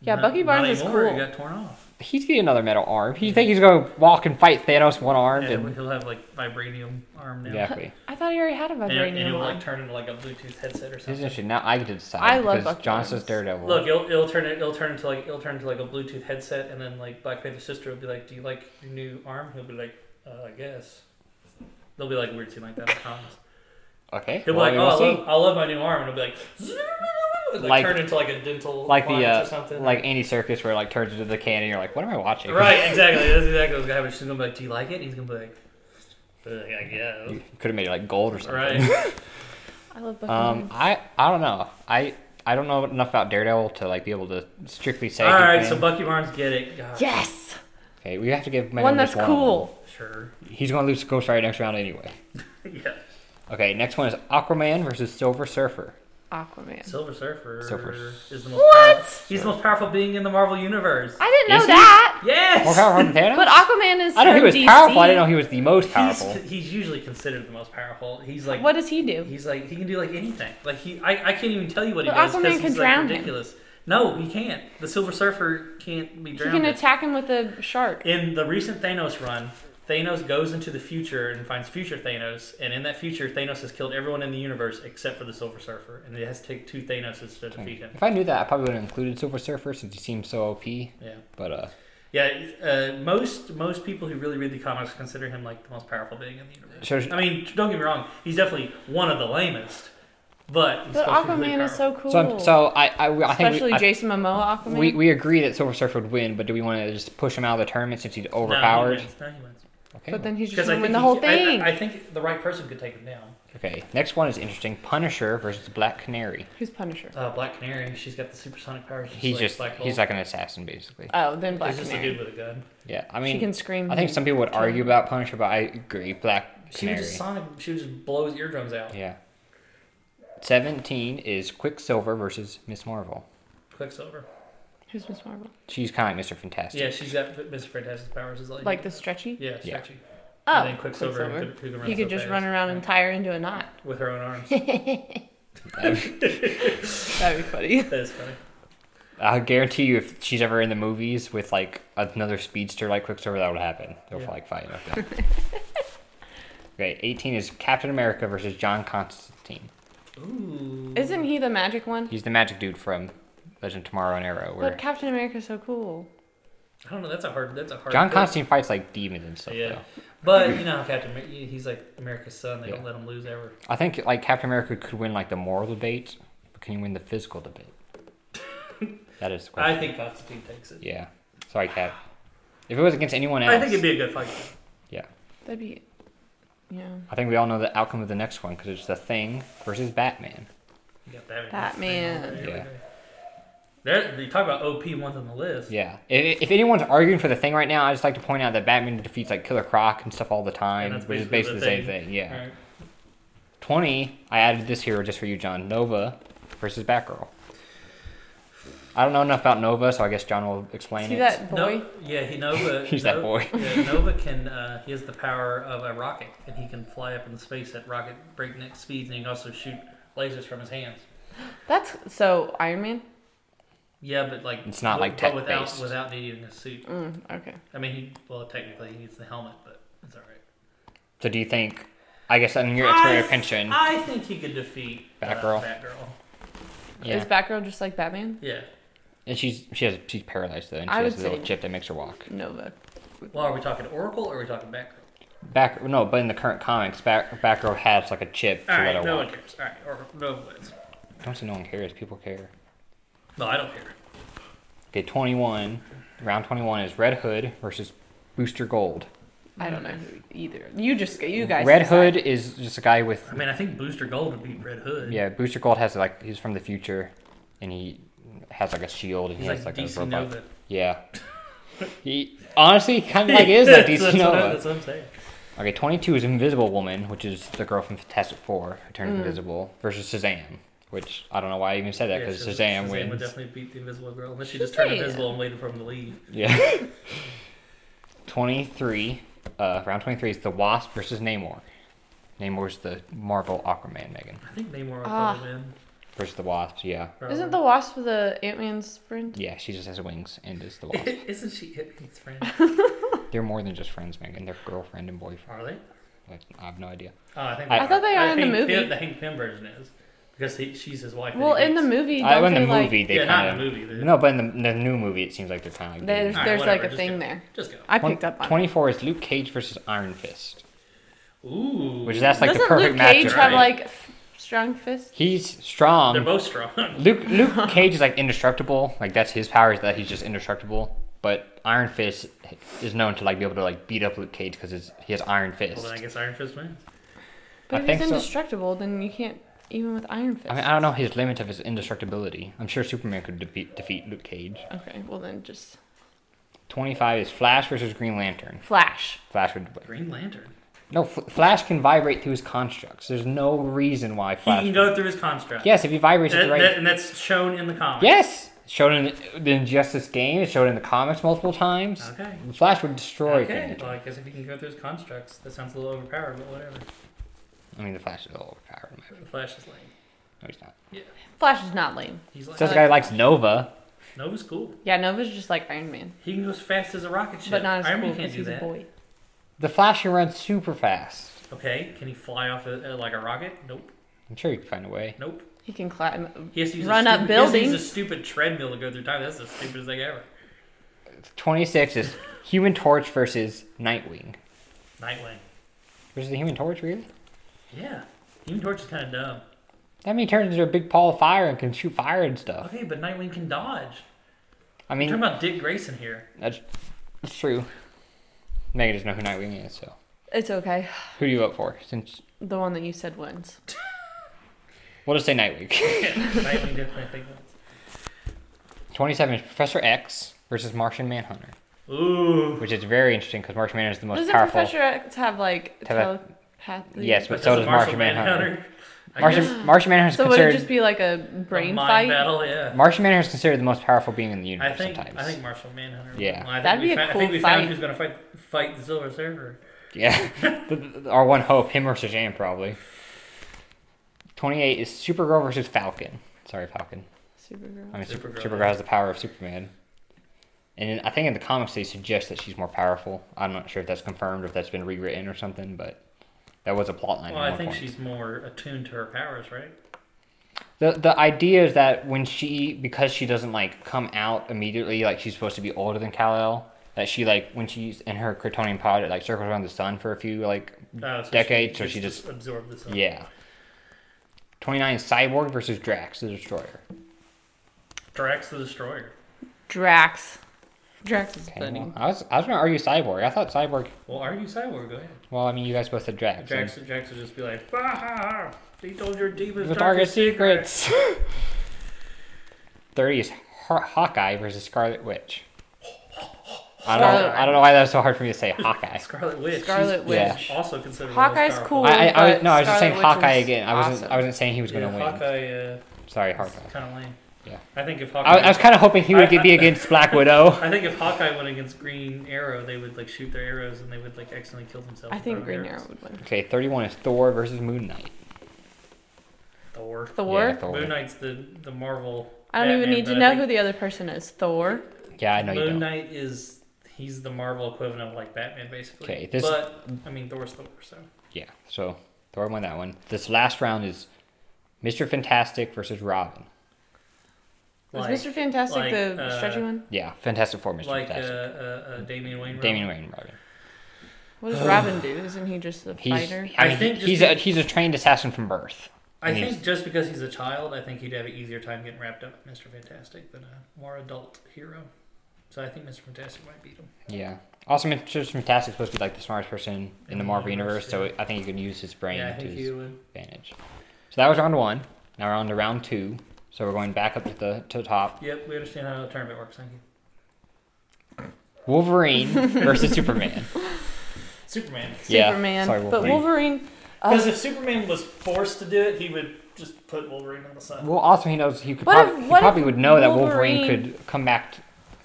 Yeah,
Not-
Bucky Barnes
not
is
anymore,
cool.
He got torn off.
He's getting another metal arm. You think he's gonna walk and fight Thanos one armed?
Yeah,
and,
he'll have like vibranium arm now.
[laughs] exactly.
I thought he already had a
And, it- and
vibranium
it'll
one.
like turn into like a Bluetooth headset or
This is
something.
interesting. Now I get to decide.
I love
because
Bucky
John
Barnes.
says Daredevil.
Look, it'll, it'll turn it. It'll turn into like it'll turn into like a Bluetooth headset, and then like Black Panther's sister will be like, "Do you like your new arm?" He'll be like, uh, "I guess." They'll be like weird scene like that. in Comics.
okay.
He'll be
well,
like,
we
"Oh,
will
I
see.
love, I love my new arm," and it'll be like, and, like,
Like-
turn into like a dental
like the
appliance or
uh,
something.
like Andy Circus where it, like turns into the can and you're like, what am I watching?
right, exactly. That's exactly what's gonna happen. She's gonna be like, "Do you like it?" And he's gonna be like, "Uh, "I guess."
Could have made it like gold or something.
Right.
I love Bucky
Um,
Barnes.
I I don't know. I I don't know enough about Daredevil to like be able to strictly say.
All right. So
anything.
Bucky Barnes get it. God,
Yes.
okay, we have to give Megan
One
just
that's cool.
Sure. [laughs]
He's gonna lose to Ghost Rider next round anyway.
Yeah.
Okay, next one is Aquaman versus Silver Surfer.
Aquaman.
Silver Surfer
Silver
is the most
What?
powerful- he's the most powerful being in the Marvel universe.
I didn't
Is
know
he?
that.
More
Yes.
powerful than Thanos?
But Aquaman is.
I know he
from
was
DC.
powerful. I didn't know he was the most powerful.
He's, he's usually considered the most powerful. He's like
What does he do?
He's like he can do like anything. Like he, I, I can't even tell you what he
But
does
Aquaman
because
can
he's
drown
like
him.
ridiculous. No, he can't. The Silver Surfer can't be
He can
drowned.
attack him with a shark.
in the recent Thanos run, Thanos goes into the future and finds future Thanos, and in that future, Thanos has killed everyone in the universe except for the Silver Surfer, and it has to take two Thanoses to defeat him.
If I knew that, I probably would have included Silver Surfer since he seems so OP.
Yeah,
But uh,
yeah. Uh, most most people who really read the comics consider him like the most powerful being in the universe.
so
I mean, don't get me wrong; he's definitely one of the lamest, but he's
But
supposed to be really
Aquaman is
powerful.
so cool.
so, I'm- so I I, I think
Especially
we, I-
Jason Momoa Aquaman.
we we agree that Silver Surfer would win, but do we want to just push him out of the tournament since he's
No, he
overpowered?
wins. No, he wins.
okay.
but then he's just
Because I
gonna
think
win the
he-
whole
I-
thing.
I, I think the right person could take him down.
okay. Next one is interesting: Punisher versus Black Canary.
Who's Punisher?
Uh, Black Canary, she's got the supersonic powers.
He's
like
just
Black Bolt.
he's like an assassin basically.
Oh, then Black
He's just a
Canary.
dude with a gun.
Yeah. I mean,
she can scream.
I think
and
some people would
kill
argue
him.
about Punisher, but I agree. Black
She would
Canary.
just sonic. She would just blow his eardrums out.
Yeah. Seventeen is Quicksilver versus Miss Marvel.
Quicksilver.
Who's Miss Marvel?
She's kind of like Mr. Fantastic.
Yeah, she's got Mr. Fantastic powers. Is like
Like the stretchy.
yeah,
Yeah.
stretchy.
Oh,
and then Quicksilver,
Quicksilver.
Who could, who could run
He
so
could just
fast
run around and tie her into a knot.
with her own
[laughs]
arms.
That'd be
[laughs]
funny.
that is funny.
I guarantee you, if she's ever in the movies with like another speedster like Quicksilver, that would happen. They'll
Yeah.
like fight about
[laughs]
that. okay, eighteen is Captain America versus John Constantine.
Ooh.
Isn't he the magic one?
He's the magic dude from Legend of Tomorrow and Arrow. Where
But Captain America's so cool.
I don't know. That's a hard. That's a hard.
John
pick.
Constantine fights like demons and stuff.
Yeah.
Though.
But you know, how Captain. Amer- He's like America's son. They
Yeah.
don't let him lose ever.
I think like Captain America could win like the moral debate, but can he win the
[laughs]
physical debate? that is the question.
I think Constantine takes it.
Yeah. Sorry, Cap. If it was against anyone else,
I think it'd be a good fight.
yeah.
That'd be. Yeah.
I think we all know the outcome of the next one because it's the Thing versus Batman.
You got that
Batman.
thing on there.
Yeah.
There, you talk about OP ones on the list.
Yeah. If, if anyone's arguing for the thing right now, I just like to point out that Batman defeats like Killer Croc and stuff all the time,
And that's
which is
basically
basically
the
the same thing. Yeah.
Alright.
Twenty. I added this here just for you, John. Nova versus Batgirl. I don't know enough about Nova, so I guess John will explain
See
it.
that boy?
No, yeah, he Nova.
[laughs] He's
No-
that boy.
yeah, Nova can. Uh, he has the power of a rocket, and he can fly up into space at rocket breakneck speeds, and he can also shoot lasers from his hands.
That's so Iron Man.
Yeah, but like
It's not
wi-
like
but without
tech-based.
without needing a suit.
Mm, okay.
I mean, he well technically he needs the helmet, but it's all right.
So do you think? I guess in your
I-
expert opinion,
I think he could defeat uh,
Batgirl.
Batgirl.
yeah.
Is Batgirl just like Batman?
Yeah.
and she's she has she's paralyzed though, and she
I
has
would
a little
say-
chip that makes her walk.
Nova.
Well, are we talking Oracle or are we talking Batgirl?
Back no, but in the current comics, Bat, Batgirl has like a chip to
All
let
right,
her
no
walk.
one cares. All right, or Nova wins.
I don't say no one cares. People care.
No, I don't care.
Okay, 21. Round 21 is Red Hood versus Booster Gold.
I don't know
Mm.
who either. You just you guys.
Red
decide.
Hood is just a guy with.
I mean, I think Booster Gold would beat Red Hood.
Yeah, Booster Gold has like. He's from the future and he has like a shield and
He's
he has
like,
like,
DC
a robot.
Nova. [laughs]
Yeah. he honestly kind of like is like
[laughs]
DC
that's What I,
Nova.
that's what I'm saying.
Okay, 22 is Invisible Woman, which is the girl from Fantastic Four who turned invisible, versus Shazam, which I don't know why I even said that because
Shaz-
Shazam,
would
wins.
definitely beat the Invisible Girl unless she just turned
Shazam.
invisible and waited for him to leave.
Yeah. [laughs] 23, uh, round 23 is the Wasp versus Namor. Namor's the Marvel Aquaman Megan
I think Namor would
Ah.
probably win.
versus the Wasp, yeah.
Probably.
Isn't the Wasp the Ant Man's friend?
Yeah, she just has wings and is the Wasp.
[laughs] Isn't she Hitman's
[laughs]
friend?
They're more than just friends, Megan. They're girlfriend and boyfriend.
Are they?
Like, I have no idea.
Oh, I think.
I-
they
I
thought they
are.
are in the
Hank
movie.
Pym- the Hank Pym version is because he, she's his wife. and
Well,
he
in the
hates-
movie,
I, in
don't
the
they like
movie, they
Yeah,
kind
not
of.
in the movie. They-
No, but in the, the new movie, it seems like they're kind of like.
there's
All right,
there's
whatever,
like a
just
thing
go.
there?
Just go.
I picked up on.
24 is Luke Cage versus Iron Fist,
Ooh.
which that's like
Doesn't
the perfect
Luke Cage
matchup.
have
right?
like f- strong fists?
He's strong.
They're both strong. [laughs]
Luke
[laughs]
Luke Cage is like indestructible. Like that's his power is that he's just indestructible. But Iron Fist is known to like be able to like beat up Luke Cage because he has Iron Fist.
well, then I guess Iron Fist wins.
I
But if
think
he's
so.
indestructible, then you can't even with Iron Fist.
I mean, I don't know his limit of his indestructibility. I'm sure Superman could defeat, defeat Luke Cage.
Okay, well then just
25 is Flash versus Green Lantern.
Flash.
Flash would
Green Lantern.
no. F- Flash can vibrate through his constructs. There's no reason why
He
Flash.
can go through his construct.
yes, if he vibrates at
That-
the right.
that- and that's shown in the comic.
yes, Showed in the Injustice game. It showed in the comics multiple times.
Okay.
The Flash would destroy
Okay,
Kingdom.
well, I guess if you can go through his constructs, that sounds a little overpowered, but whatever.
I mean, the Flash is all overpowered. in my opinion.
The Flash is lame.
No, he's not.
Flash is not lame.
He's
So that's
lame.
a guy who likes Nova.
Nova's cool.
Yeah, Nova's just like Iron Man,
He can go as fast as a rocket ship.
but not as
Iron
cool
Man can't
because
do
he's
that.
a boy.
The Flash can run super fast.
Okay, can he fly off a, uh, like a rocket? Nope.
I'm sure you can find a way.
Nope.
He can climb.
He has to use
Run
a
up
stupid, he has to use
buildings.
a stupid treadmill to go through time. That's the stupidest thing ever.
26 is Human Torch versus Nightwing.
Nightwing.
Versus the Human Torch, really?
Yeah. Human Torch is kind of dumb.
That mean he turns into a big ball of fire and can shoot fire and stuff.
Okay, but Nightwing can dodge.
I
We're
mean,
talking about Dick Grayson here.
that's, that's true. Mega doesn't know who Nightwing is, so.
It's okay.
Who do you vote for? Since
The one that you said wins.
We'll just say Nightwing. [laughs]
Nightwing definitely thinks.
27 is Professor X versus Martian Manhunter,
Ooh.
which is very interesting because Martian Manhunter is the most
Doesn't
powerful.
Professor X have like
Tele-
telepathy?
Yes, but so does Martian Manhunter.
I guess
Martian, Martian Manhunter is
So would it
considered.
just be like a
a
brain
mind
fight?
battle, yeah.
Martian Manhunter is considered the most powerful being in the
I
universe.
think
sometimes.
I think Martian Manhunter. would-
Yeah.
Well, I think
That'd
we
be a
found-
cool
I think we found
fight.
who's gonna fight fight the Silver Surfer.
Yeah, [laughs] The- the- our one hope, him or Shazam, probably. Twenty-eight is Supergirl versus Falcon. Sorry, Falcon.
Supergirl.
I mean, Super-
Supergirl,
Supergirl,
yeah.
has the power of Superman, and in, I think in the comics they suggest that she's more powerful. I'm not sure if that's confirmed or if that's been rewritten or something, but that was a plot line.
Well,
at
I
one
think
point.
she's more attuned to her powers, right?
The the idea is that when she because she doesn't like come out immediately, like she's supposed to be older than Kal El, that she like when she's in her Kryptonian pod, it like circles around the sun for a few like
Uh, so
decades, or she just
absorbed this.
yeah. Twenty nine Cyborg versus Drax the Destroyer.
Drax the Destroyer.
Drax. Drax is
Okay,
funny.
well, I was I was gonna argue Cyborg. I thought Cyborg.
Well, argue Cyborg. Go ahead.
Well, I mean, you guys both said Drax.
Drax, Drax would just be like, "Ha ha ha! He told your deepest
The
darkest,
target
secret."
secrets. [laughs] Thirty is Haw- Hawkeye versus Scarlet Witch. I don't I don't know why that was so hard for me to
[laughs]
say Hawkeye.
Scarlet Witch.
Scarlet
She's-
Yeah.
she's Also considered. the most
Hawkeye's
powerful.
cool.
I, I, I was- no, I was just
but
saying
Scarlet Witch
Hawkeye
was
again. I wasn't.
awesome.
I wasn't saying he was
Yeah,
going to win.
Hawkeye. Uh,
Sorry, Hawkeye.
Kind of lame.
Yeah.
I think if
I,
Hawkeye.
I was kind of hoping he would
I- I-
be against Black Widow.
I think if Hawkeye went against Green Arrow, they would like shoot their arrows and they would like accidentally kill themselves.
I
with their
think Green
arrows.
Arrow would win.
Okay, thirty-one is Thor versus Moon Knight.
Thor.
Thor.
Yeah, Thor.
Moon Knight's the the Marvel.
I don't even
Batman,
need to
but I
know
think
who the other person is. Thor.
Yeah, I know you
Moon
don't.
Knight is he's the Marvel equivalent of like Batman, basically.
Okay, this-
But I mean, Thor's Thor, so
Yeah, so Thor won that one. This last round is Mister Fantastic versus Robin.
Is
like
Mr. Fantastic
like,
the
uh,
[gasps]
stretchy one?
Yeah, Fantastic Four, Mister
like uh, uh,
Fantastic.
uh, Damian Wayne.
Damian Wayne, Robin.
What does Robin do? Isn't he just a
He's.
fighter?
I,
I
mean,
think just
he's a he's a trained assassin from birth.
I
And he's-
think just because he's a child, I think he'd have an easier time getting wrapped up with Mr. Fantastic than a more adult hero. So I think Mr. Fantastic might beat him.
Yeah. Also, Mister Fantastic's supposed to be like the smartest person in the Marvel
universe,
universe, so I think he can use his brain.
yeah, I
to
think
his-
he would.
advantage. So that was round one. Now we're on to round two. So we're going back up to the to the top.
Yep, we understand how the tournament works. Thank you.
[laughs]
Wolverine versus Superman.
Superman.
yeah,
Superman.
sorry,
but
Wolverine.
Wolverine.
Uh,
Because if Superman was forced to do it, he would just put Wolverine on the side.
Well, also he knows he could
What if-
probably, he
what if
probably would know that Wolverine
Wolverine-
could come back. t-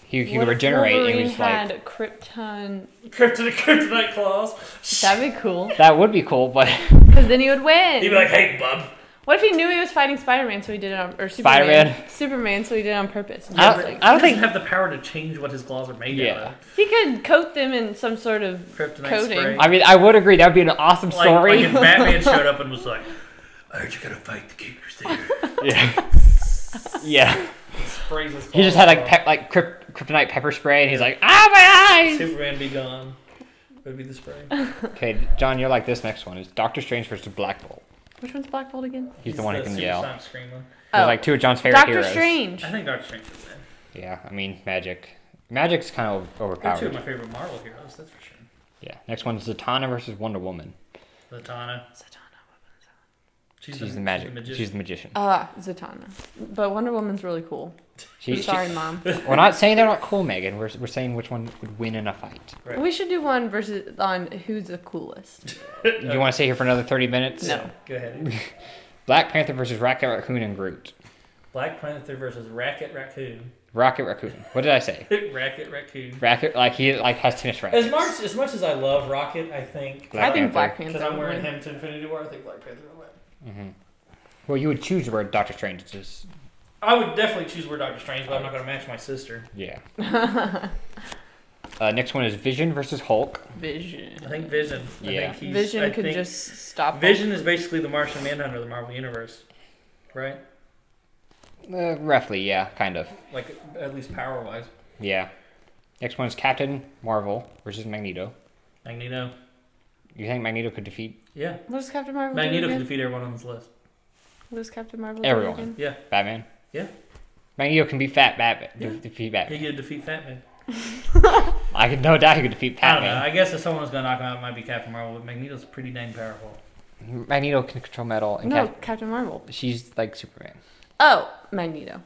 he he
what
could
if
regenerate. and he
Wolverine
was
had
like
Krypton.
Kryptonite, [laughs] kryptonite claws.
That'd be cool.
that would be cool, but
Because then he would win.
He'd be like, "Hey, bub."
what if he knew he was fighting Spider-Man, so he did it on or Superman?
Spider-Man.
Superman, so he did it on purpose.
I
Just
don't,
like-
I don't
He
think
doesn't have the power to change what his claws are made
Yeah.
out of.
he could coat them in some sort of
Kryptonite
coating.
spray.
I mean, I would agree. That would be an awesome
Like, like
story.
if Batman showed up and was [laughs] like, "I heard you gotta fight the King Crusader,"
yeah. yeah.
sprays his
He just had
claws
like
off.
pe- like kryp- kryptonite pepper spray, and he's like, ah, my eyes.
Superman be gone. Would be the spray.
Okay, John, you're like this next one. It's Doctor Strange versus Black Bolt.
Which one's Black Bolt again?
He's, the one who can
super
yell.
sonic screamer.
There's
Oh.
like two of John's favorite
Doctor
heroes.
Strange.
I think Doctor Strange is in.
Yeah, I mean magic. Magic's kind of over-
They're two of
overpowered.
my favorite Marvel heroes, that's for sure.
Yeah. Next one's Zatanna versus Wonder Woman.
Zatanna. She's,
She's the magic.
magician.
She's the magician.
Ah, Zatanna. But Wonder Woman's really cool.
She, she-
Sorry, mom.
we're not saying they're not cool, Megan. We're, we're saying which one would win in a fight.
Right.
We should do one versus on who's the coolest.
You want to stay here for another thirty minutes? [laughs]
No.
Go ahead.
Black Panther versus Rocket Raccoon and Groot.
Black Panther versus Racket Raccoon.
Rocket Raccoon. What did I say?
Racket Raccoon.
Racket, like he like has tennis rackets.
As much as much as I love Rocket, I think
I think Black
Panther.
Panther.
because I'm
would
wearing
win.
him to Infinity War, I think Black Panther will win.
Well, you would choose where Doctor Strange is.
I would definitely choose We're Doctor Strange, but I'm not going to match my sister.
[laughs]
Yeah. uh, next one is Vision versus Hulk.
I
Vision.
think Vision. I
Yeah.
think he's,
Vision
I
could
think-
just stop.
Vision is basically the Martian Manhunter of the Marvel Universe, right?
Uh, roughly, yeah, kind of.
Like at least power wise.
Yeah. Next one is Captain Marvel versus Magneto.
Magneto.
You think Magneto could defeat
Yeah.
What does Captain Marvel
Magneto
do
can
again?
defeat everyone on this list.
What does Captain Marvel
Everyone.
do again?
Yeah.
Batman?
Yeah.
Magneto can be Fat Batman. de-
Yeah.
defeat
He
Batman.
could defeat Batman.
I could no doubt he could defeat
I don't know.
Batman.
I guess if someone's going to knock him out, it might be Captain Marvel, but Magneto's pretty dang powerful.
Magneto can control metal, and
No,
Cap-
Captain Marvel.
she's like Superman.
Oh, Magneto.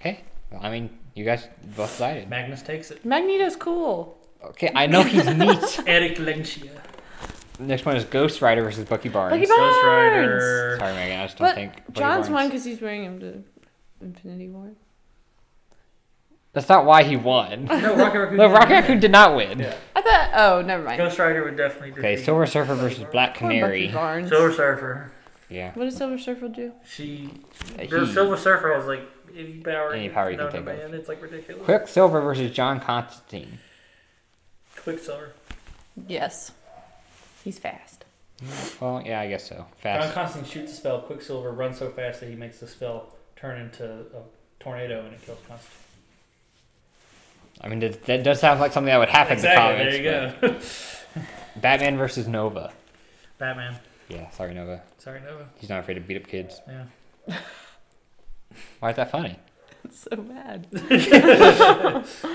Okay. Well, I mean, you guys both decided.
Magnus takes it.
Magneto's cool.
Okay, I know
[laughs]
he's neat.
Eric Lencia.
Next one is Ghost Rider versus Bucky Barnes.
Bucky
Ghost
Barnes.
Rider.
Sorry, Megan, I just don't
But
think Bucky
John's won
Barnes-
because he's wearing him to Infinity War.
That's not why he
[laughs]
won.
No, Rocket Raccoon.
No, Rocket Raccoon did not win.
Yeah.
I thought. Oh, never mind.
Ghost Rider would definitely defeat.
Okay, Silver Surfer versus Black
Poor Bucky
Canary.
Barnes.
Silver Surfer.
Yeah.
What does Silver Surfer do?
She.
He-
The Silver Surfer was like any power.
Any power you
known
can
to
think of.
man. It's like ridiculous.
Quicksilver versus John Constantine.
Quicksilver.
Yes, he's fast.
Well, yeah, I guess so.
John
Fast.
Constantine shoots a spell. Quicksilver runs so fast that he makes the spell turn into a tornado and it kills Constantine.
I mean, that, that does sound like something that would happen
Exactly.
to comics.
There you go. [laughs]
but Batman versus Nova.
Batman.
Yeah, sorry, Nova.
Sorry, Nova.
He's not afraid to beat up kids.
Yeah.
Why is that funny?
That's so bad.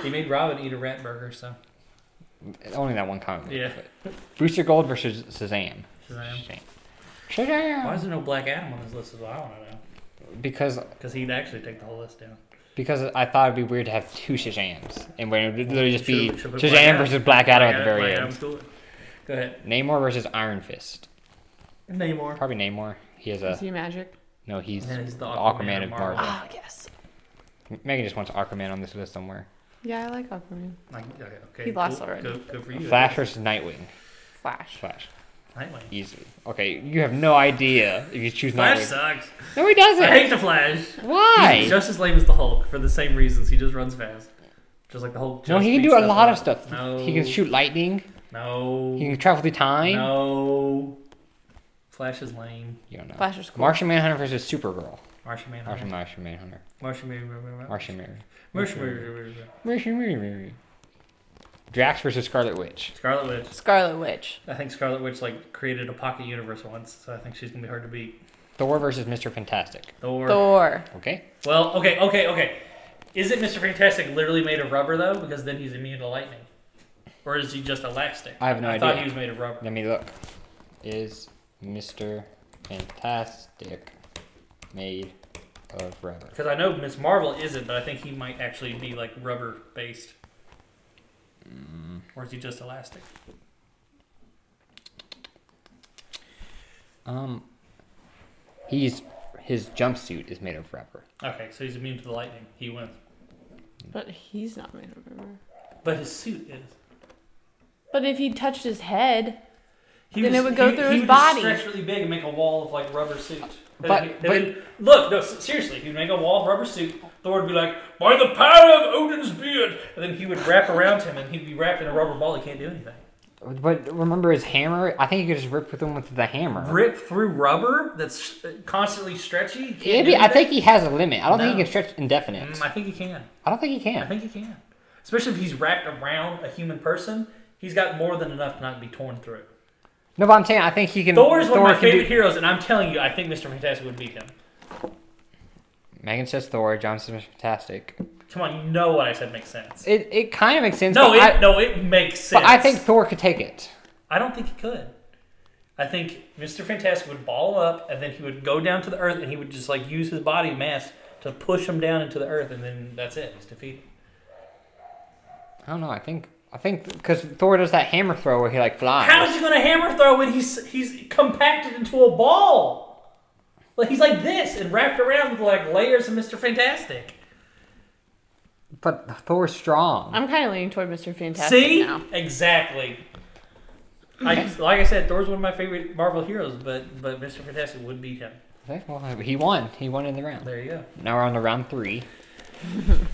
He made Robin eat a rat burger, so
Only that one comic. book,
Yeah.
but- Booster Gold versus Shazam.
Shazam.
Shazam.
Why
Shazam.
is there no Black Adam on this list? Is what I want to know.
Because
Because he'd actually take the whole list down.
Because I thought it'd be weird to have two Shazams, and where it would literally just be
Should've- should've been Black
Shazam
Adam.
versus Black Adam at the
Black
very
Adam,
end.
cool. Go ahead.
Namor versus Iron Fist.
Namor.
Probably Namor. He has
Is
a
he magic?
no. He's,
Yeah, he's
the
the
Aquaman,
Aquaman
of
of
Marvel.
Marvel.
Ah, yes.
Megan just wants Aquaman on this list somewhere.
Yeah, I like Aquaman.
Like, okay, okay,
He lost already.
Go, go for you.
Flash versus Nightwing.
Flash.
Flash.
Nightwing.
Easily. Okay, you have no idea if you choose
Flash
Nightwing. [laughs]
sucks.
No, he
I
doesn't.
hate the Flash. He's
Why?
just as lame as the Hulk for the same reasons. He just runs fast. Just like the Hulk.
No,
just
he can
beats
do a
up
lot
the-
of stuff.
No.
He can shoot lightning.
No.
He can travel through time.
No. Flash is lame.
You don't know.
Flash is cool.
Martian Manhunter versus Supergirl.
Martian
Martian,
Manhunter.
Martian Manhunter.
Martian Manhunter.
Martian Manhunter.
Martian Manhunter.
Drax versus Scarlet Witch.
Scarlet Witch.
Scarlet Witch.
I think Scarlet Witch like created a pocket universe once, so I think she's gonna be hard to beat.
Thor versus Mr. Fantastic.
Thor.
Thor.
Okay.
Well, okay, okay, okay. Is it Mr. Fantastic literally made of rubber though? Because then he's immune to lightning, or is he just elastic?
I have no
I thought
idea.
he was made of rubber.
Let me look. Is Mr. Fantastic made of rubber?
Because I know Miss Marvel isn't, but I think he might actually be like rubber based. Or is he just elastic?
Um, he's his jumpsuit is made of rubber.
Okay, so he's immune to the lightning. He wins.
But he's not made of rubber.
But his suit is.
But if he touched his head,
He
Then it would go
he,
through
he
his
would just
body.
stretch really big and make a wall of like rubber suit. And
But-
then he- and
but-
then- look, no, s- seriously, he'd make a wall of rubber suit. Thor would be like, "By the power of Odin's beard," and then he would wrap around him, and he'd be wrapped in a rubber ball. He can't do anything.
But remember his hammer? I think you could just rip with him with the hammer.
Rip through rubber that's uh, constantly stretchy. He can't
Maybe,
do
I think
anything?
he has a limit. I don't think
No.
he can stretch indefinite.
Mm, I think he can.
I don't think he
I
can.
think he can. Especially if he's wrapped around a human person, he's got more than enough to not be torn through.
No, but I'm saying I think he can.
Thor is one of my
can do-
favorite heroes, and I'm telling you, I think Mr. Fantastic would beat him.
Megan says Thor. John says Mr. Fantastic.
Come on, you know what I said makes sense.
It, it kind of makes sense.
No,
but
it,
I,
no, it makes sense.
But I think Thor could take it.
I don't think he could. I think Mister Fantastic would ball up, and then he would go down to the earth, and he would just like use his body mass to push him down into the earth, and then that's it. He's defeated.
I don't know. I think I think because Thor does that hammer throw where he like flies.
How is he going to hammer throw when he's he's compacted into a ball? Like he's like this and wrapped around with like layers of Mister Fantastic.
But Thor's strong.
I'm kind of leaning toward Mr. Fantastic
See,
now.
exactly. I, like I said, Thor's one of my favorite Marvel heroes, but but Mister Fantastic would beat him.
Okay, well, he won. He won in the round.
There you go.
Now we're on to
[laughs]
round three.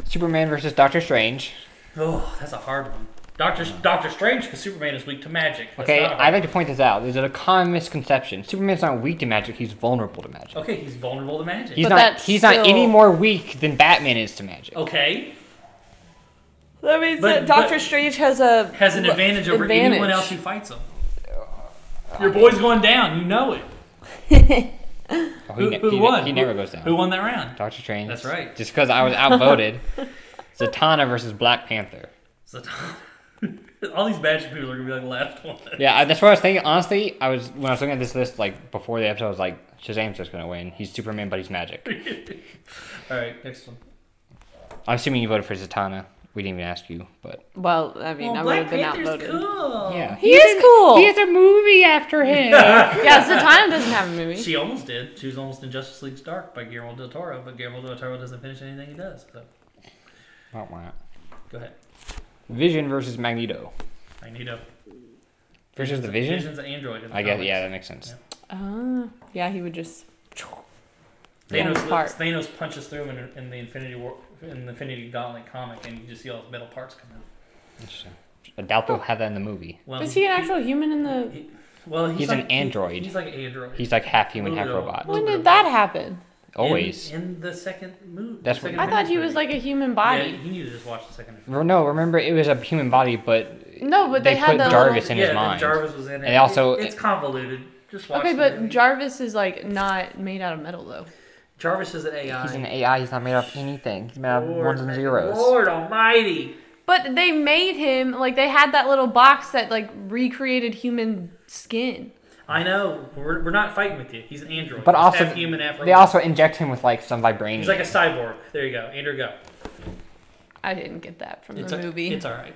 Superman versus Doctor Strange.
Oh, that's a hard one. Doctor Doctor Strange because Superman is weak to magic. That's
Okay,
not a hard
I'd like to point this out. There's a common misconception. Superman's not weak to magic. He's vulnerable to magic.
Okay, he's vulnerable to magic.
He's
But
not.
that's
He's not
still-
any more weak than Batman is to magic.
Oh, okay,
That means
But-
that Doctor
but-
Strange has a
has an
l-
advantage over anyone
advantage.
else who fights him.
Uh,
Your boy's going down. You know it.
Oh,
Who,
ne-
who
he, ne-
won?
He never
Who-
goes down.
Who won that round?
Doctor Strange.
That's right.
Just because I
[laughs]
was outvoted. Zatanna versus Black Panther.
Zatanna. [laughs] All these magic people are gonna be like the last one.
Yeah, I, that's what I was thinking. Honestly, I was when I was looking at this list like before the episode, I was like, Shazam's just gonna win. He's Superman, but he's magic.
All right, next one.
I'm assuming you voted for Zatanna. We didn't even ask you, but
Well, I mean, I would have been outvoted.
cool.
yeah,
He is cool.
He
[laughs]
has a movie [laughs] after him.
yeah, Zatanna doesn't have a movie.
She almost did. She was almost in Justice League's Dark by Guillermo del Toro, but Guillermo del Toro doesn't finish anything he does. So
Wah, wah.
go ahead.
Vision versus Magneto.
Magneto.
Versus the Vision.
Vision's an android. In the
I guess.
comics.
Yeah, that makes sense.
Ah, yeah, he would just.
Thanos,
Yeah. Part.
Thanos punches through him in, in the Infinity War, in the Infinity Gauntlet comic, and you just see all his metal parts come out.
Interesting. I doubt they'll have that in the movie.
Well,
Is he an actual human in the?
he- well, he's,
He's
like,
an android.
he- he's like an android.
He's like half human, half
Little-
robot.
When did that happen?
In-
Always.
in, the second movie.
That's
second
what-
I thought he was like a human body.
Yeah, he needed to just watch the second.
Re- No, remember it was a human body, but
No, but they,
They
had
put
the
Jarvis
little-
in
yeah,
his
and
mind.
Jarvis was in it.
And also-
it's convoluted. Just watch.
Okay,
the
but
movie.
Jarvis is like not made out of metal though.
Jarvis is an AI.
he's an AI. He's not made of anything. He's made of
Lord,
ones and zeros.
Lord Almighty.
But they made him like they had that little box that like recreated human skin.
I know. We're, we're not fighting with you. He's an android.
But
He's
also,
half human, half
they
robot.
also inject him with like some vibranium.
He's like a cyborg. There you go, Andrew. Go.
I didn't get that from
It's
the
a-
movie.
It's all right.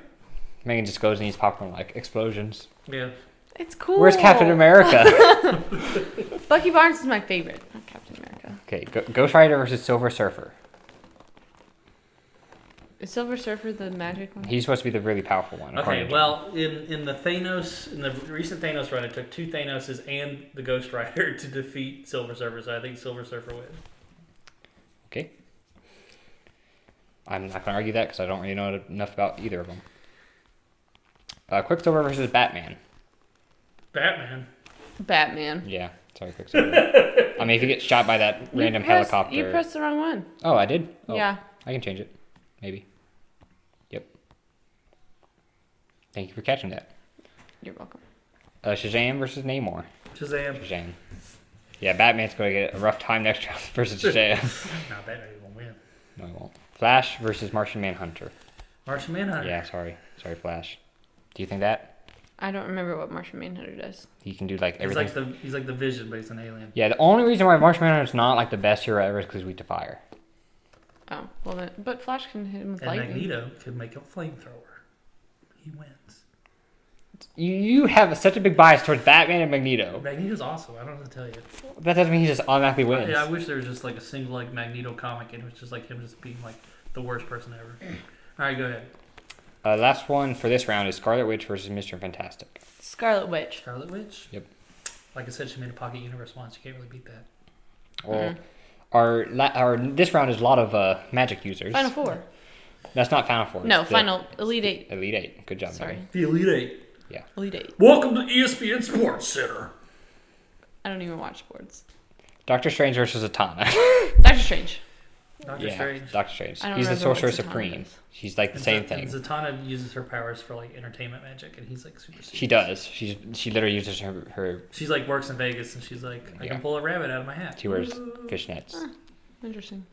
Megan just goes and he's popcorn like explosions.
Yeah.
It's cool.
Where's Captain
[laughs]
America?
Bucky Barnes is my favorite. Not Captain America.
okay, Go- Ghost Rider versus Silver Surfer.
Is Silver Surfer the magic one?
He's supposed to be the really powerful one. according
Okay.
to
Well, in in the Thanos in the recent Thanos run, it took two Thanoses and the Ghost Rider [laughs] to defeat Silver Surfer. So I think Silver Surfer wins.
John. okay. I'm not gonna argue that because I don't really know enough about either of them. Uh, Quicksilver versus Batman.
Batman.
Batman.
Yeah, sorry, Quicksilver.
[laughs]
I mean, if you get shot by that random
you pressed-
helicopter.
You pressed the wrong one.
Oh, I did. Oh,
Yeah.
I can change it, maybe. Yep. Thank you for catching that.
You're welcome.
Uh, Shazam versus Namor.
Shazam.
Shazam. Yeah, Batman's going to get a rough time next round [laughs] versus Shazam.
No, Batman won't win.
no, he won't. Flash versus Martian Manhunter.
Martian Manhunter.
Yeah, sorry, sorry, Flash. Do you think that
I don't remember what Martian Manhunter does.
he can do like
He's
everything?
like the he's like the Vision, but he's an alien.
yeah, the only reason why Martian Manhunter's not like the best hero ever is because weak to fire.
Oh, well then, but Flash can hit him with
And
lightning.
Magneto could make a flamethrower. He wins.
You, you have such a big bias towards Batman and Magneto.
Magneto's awesome. I don't know what to tell you.
That doesn't mean he just automatically wins.
Yeah, I wish there was just like a single like Magneto comic and it was just like him just being like the worst person ever. All right, go ahead.
Uh, last one for this round is Scarlet Witch versus Mr. Fantastic.
Scarlet Witch.
Scarlet Witch.
Yep.
Like I said, she made a pocket universe once. You can't really beat that.
Well, our la- our this round is a lot of uh, magic users.
Final Four.
That's not Final Four.
No,
it's the
Final Elite Eight.
Elite Eight. Good job,
Sorry,
Megan.
The Elite Eight.
Elite Eight.
Welcome to E ESPN Sports Center.
I don't even watch sports.
Doctor Strange versus Zatanna.
Doctor Strange.
Doctor
[laughs] yeah,
Strange.
Doctor Strange.
I don't
He's the
remember what
Sorcerer
Zatanna
Supreme.
does.
She's like the
And
same
Z- and
thing.
Zatanna uses her powers for like entertainment magic, and he's like super.
She
Serious.
does. She's she literally uses her her.
She's like works in Vegas, and she's like, I
Yeah.
can pull a rabbit out of my hat.
She wears fishnets.
Interesting.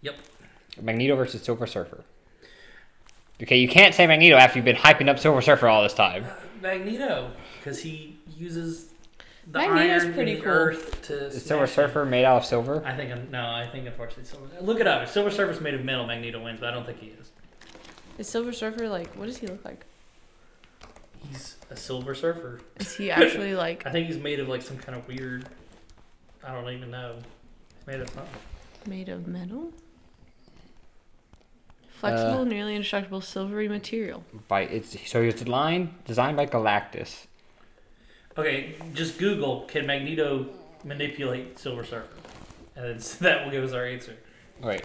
Yep.
Magneto versus Silver Surfer. Okay, you can't say Magneto after you've been hyping up Silver Surfer all this time.
Magneto, because he uses the
Magneto's
iron
pretty
and the
cool.
earth to.
Is Silver
smash him.
Surfer made out of silver?
I think I'm, no. I think unfortunately, Silver, look it up. If Silver Surfer's made of metal, Magneto wins, but I don't think he is.
Is Silver Surfer like? What does he look like?
He's a Silver Surfer.
[laughs] Is he actually like?
I think he's made of like some kind of weird I don't even know. It's made of something.
Made of metal? Flexible, nearly indestructible, silvery material.
By it's so it's line designed by Galactus.
Okay, just Google can Magneto manipulate Silver Surfer, and it's, [laughs] that will give us our answer.
Wait,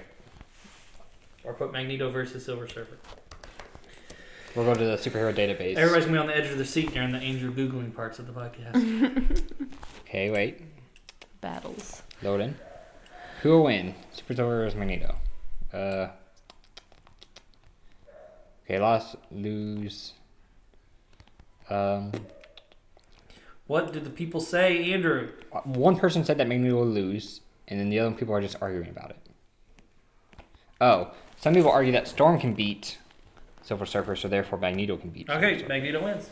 Or put Magneto versus Silver Surfer.
we'll go to the superhero database.
Everybody's gonna be on the edge of their seat during the Andrew googling parts of the
[laughs]
podcast.
okay, wait,
Battles.
loading. Who will win? Super Soldier is Magneto. Uh. Okay, loss, lose. Um,
what did the people say, Andrew?
one person said that Magneto will lose, and then the other people are just arguing about it. Oh, some people argue that Storm can beat Silver Surfer, so therefore Magneto can beat. Silver
Okay,
Surfer.
Magneto wins.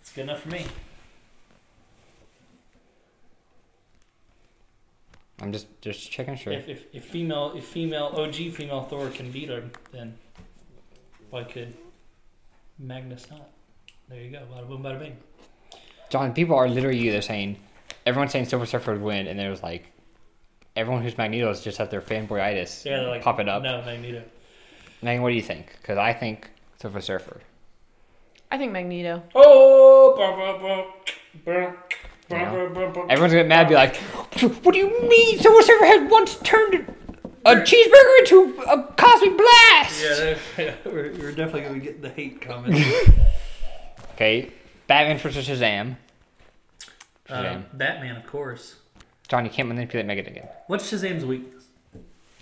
It's good enough for me.
I'm just just checking sure.
If, if, if female if female OG female Thor can beat him, then why could Magnus not? There you go. Bada boom, bada bing.
John, people are literally either saying everyone's saying Silver Surfer would win, and there's like everyone who's Magneto is just have their fanboyitis
Yeah, they're like
pop it up.
No, Magneto.
Megan, what do you think? Because I think Silver Surfer.
I think Magneto.
Oh, bah, bah, bah, bah, bah, bah, bah.
Everyone's gonna get mad, and be like, "What do you mean? Silver Surfer had once turned a cheeseburger into a cosmic blast."
Yeah, there- [laughs] yeah, we're, we're definitely gonna get the hate comments.
[laughs]
Okay, Batman versus Shazam. Shazam.
um, Batman, of course.
John, you can't manipulate Megan again.
What's Shazam's weakness?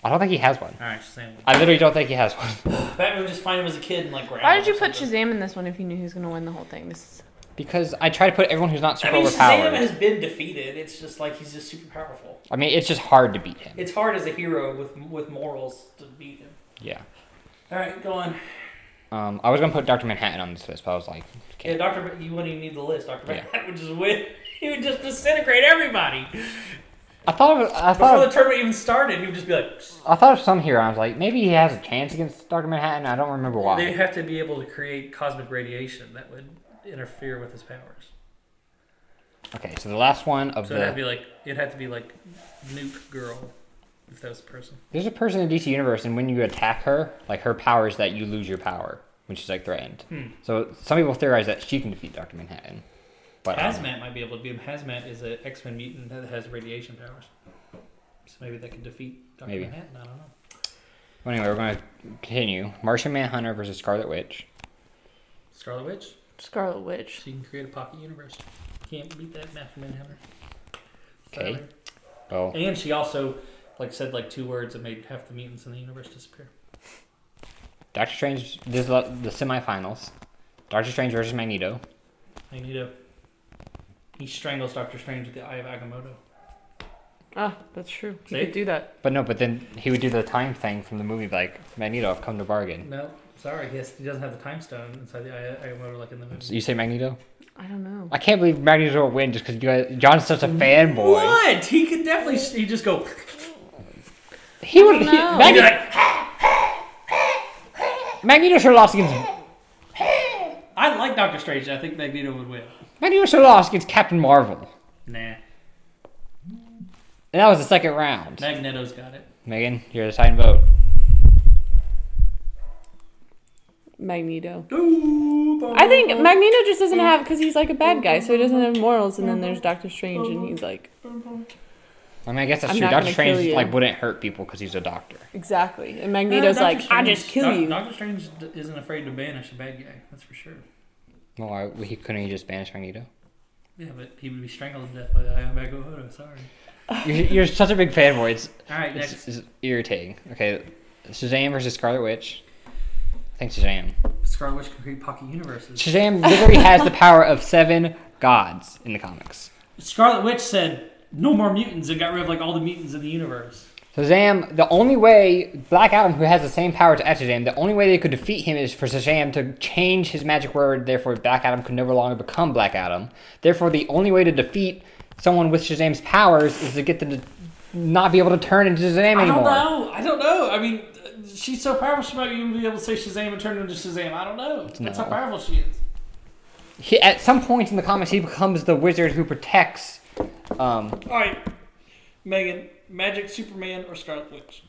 I don't think he has one.
All right, Shazam.
I literally don't think he has one [laughs]
Batman would just find him as a kid and like grab.
Why
him
did you
or
put
something.
Shazam in this one if you knew he was going to win the whole thing? This is...
because I try to put everyone who's not
I
super
mean,
overpowered.
Shazam has been defeated. It's just like he's just super powerful.
I mean, it's just hard to beat him.
It's hard as a hero with with morals to beat him.
Yeah.
All right, go on.
Um, I was gonna put Doctor Manhattan on this list, but I was like,
Yeah,
okay.
Doctor, Manhattan- you wouldn't even need the list. Doctor
Yeah.
Manhattan [laughs] would just win. He would just disintegrate everybody
I thought of, I
before the
thought
tournament even started. He would just be like. "Psst."
I thought of some hero. and I was like, maybe he has a chance against Doctor Manhattan. I don't remember
They
why.
have to be able to create cosmic radiation that would interfere with his powers.
Okay, so the last one of
So it'd have to
the
be like it'd have to be like Nuke Girl, if that was a person.
there's a person in DC Universe, and when you attack her, like her power is that you lose your power when she's like threatened.
Hmm.
So some people theorize that she can defeat Doctor Manhattan, but um,
Hazmat might be able to beat him. Hazmat is an X Men mutant that has radiation powers, so maybe that could defeat Doctor
Maybe.
Manhattan. I don't know.
well, uh, anyway, we're gonna continue. Martian Manhunter versus Scarlet Witch.
Scarlet Witch,
Scarlet Witch.
she can create a pocket universe. Can't beat that Master Manhunter.
Okay. Well,
And she also like said like two words and made half the mutants in the universe disappear.
Doctor Strange. This is the the semifinals. Doctor Strange versus Magneto.
Magneto. He strangles Doctor Strange with the Eye of Agamotto.
Ah, that's true. He
See?
could do that.
But no, but then he would do the time thing from the movie, like Magneto, I've come to bargain.
No, sorry, he, has, he doesn't have the time stone inside the Eye of Agamotto like in the movie.
So you say Magneto?
I don't know.
I can't believe Magneto will win just because you guys. John's such a fanboy.
What? He could definitely. He just go.
He would. He,
I don't know.
He'd be
Magne-
like,
Magneto should have lost against.
I like Doctor Strange. I think Magneto would win.
Magneto should have lost against Captain Marvel,
Nah,
and that was the second round.
Magneto's got it.
Megan, you're the deciding vote.
Magneto.
Ooh,
I think Magneto just doesn't have because he's like a bad guy, so he doesn't have morals. And then there's Doctor Strange, and he's like
I mean, I guess that's
I'm
true.
not
Doctor
gonna
Strange
kill you.
like wouldn't hurt people because he's a doctor.
exactly. And Magneto's like, I just kill you.
Doctor Strange d- isn't afraid to banish a bad guy. That's for sure.
Well, why, he couldn't he just banish Magneto?
Yeah, but he would be strangled to death by the Eye of Agamotto. Sorry.
You're, you're such a big fanboy. It's,
All right,
it's,
next
it's irritating. Okay, Shazam versus Scarlet Witch. I think Shazam.
Scarlet Witch can create pocket universes.
Shazam literally has the power of seven gods in the comics.
Scarlet Witch said, "No more mutants," and got rid of like all the mutants in the universe.
Shazam, the only way Black Adam, who has the same power to as Shazam, the only way they could defeat him is for Shazam to change his magic word. Therefore, Black Adam could no longer become Black Adam. Therefore, the only way to defeat someone with Shazam's powers is to get them to not be able to turn into Shazam
I don't
anymore.
know. I don't know. I mean, uh, she's so powerful she might even be able to say Shazam and turn into Shazam. I don't know. That's how
No.
powerful she is.
He, at some point in the comics, he becomes the wizard who protects. Um,
All right.
Megan, Magic Superman, or Scarlet Witch?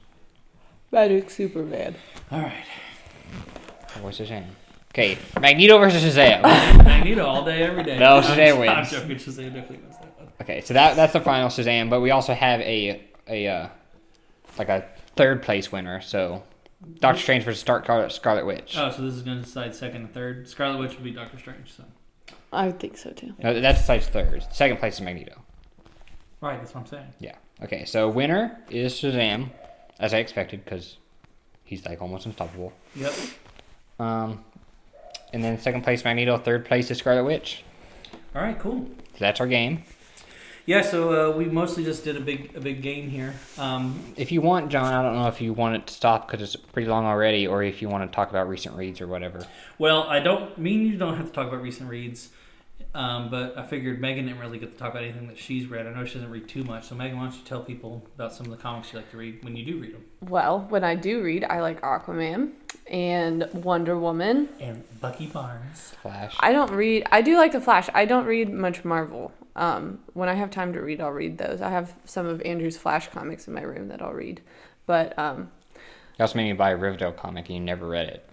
Magic Superman.
All right.
What's his name? Okay, Magneto versus Shazam.
Magneto all day, every day.
No,
I'm
Shazam
jo- I'm
wins.
joking. Shazam definitely wins that one.
Okay, so that that's the final Shazam, but we also have a a uh, like a third place winner. So Doctor Strange versus Star- Scarlet Scarlet Witch.
Oh, so this is going to decide second and third. Scarlet Witch would be Doctor Strange. So.
I would think so too.
No, that decides third. Second place is Magneto.
Right, that's what I'm saying.
Yeah. Okay, so winner is Shazam, as I expected, because he's like almost unstoppable.
Yep.
Um, and then second place Magneto, third place is Scarlet Witch.
All right, cool.
So that's our game.
Yeah, so uh, we mostly just did a big a big game here. Um,
If you want, John, I don't know if you want it to stop because it's pretty long already, or if you want to talk about recent reads or whatever.
well, I don't mean you don't have to talk about recent reads, um, but I figured Megan didn't really get to talk about anything that she's read. I know she doesn't read too much, so Megan, why don't you tell people about some of the comics you like to read when you do read them?
Well, when I do read, I like Aquaman and Wonder Woman.
And Bucky Barnes.
Flash.
I don't read. I do like the Flash. I don't read much Marvel. Um, when I have time to read, I'll read those. I have some of Andrew's Flash comics in my room that I'll read, but um,
You also made me buy a Riverdale comic and you never read it.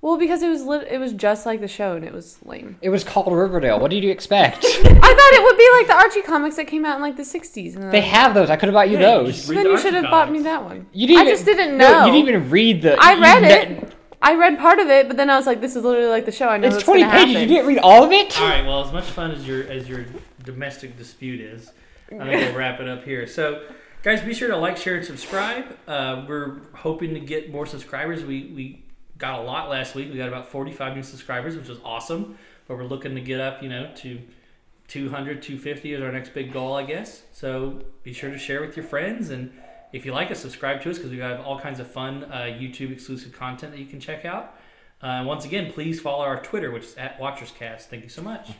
well, because it was lit, it was just like the show and it was lame.
It was called Riverdale. What did you
[laughs]
expect?
I thought it would be like the Archie comics that came out in like the '60s. And
they have those. I could have bought you
Hey,
those.
just read
then
the
you should
Archie
have bought
comics.
me that one.
You didn't
I
even-
just didn't
No,
know.
you didn't even read the.
I
you
read
ne-
it. I read part of it, but then I was like, "This is literally like the show. I know
It's
what's
20
gonna
pages. You
happen."
didn't read all of it?
All right. Well, as much fun as your as your domestic dispute is, I think we'll wrap it up here. So, guys, be sure to like, share, and subscribe. Uh, we're hoping to get more subscribers. We we got a lot last week. We got about forty five new subscribers, which was awesome. But we're looking to get up, you know, to 200, 250 is our next big goal, I guess. So be sure to share with your friends. And if you like us, subscribe to us because we have all kinds of fun uh, YouTube exclusive content that you can check out. Uh, once again, please follow our Twitter, which is at WatchersCast. Thank you so much.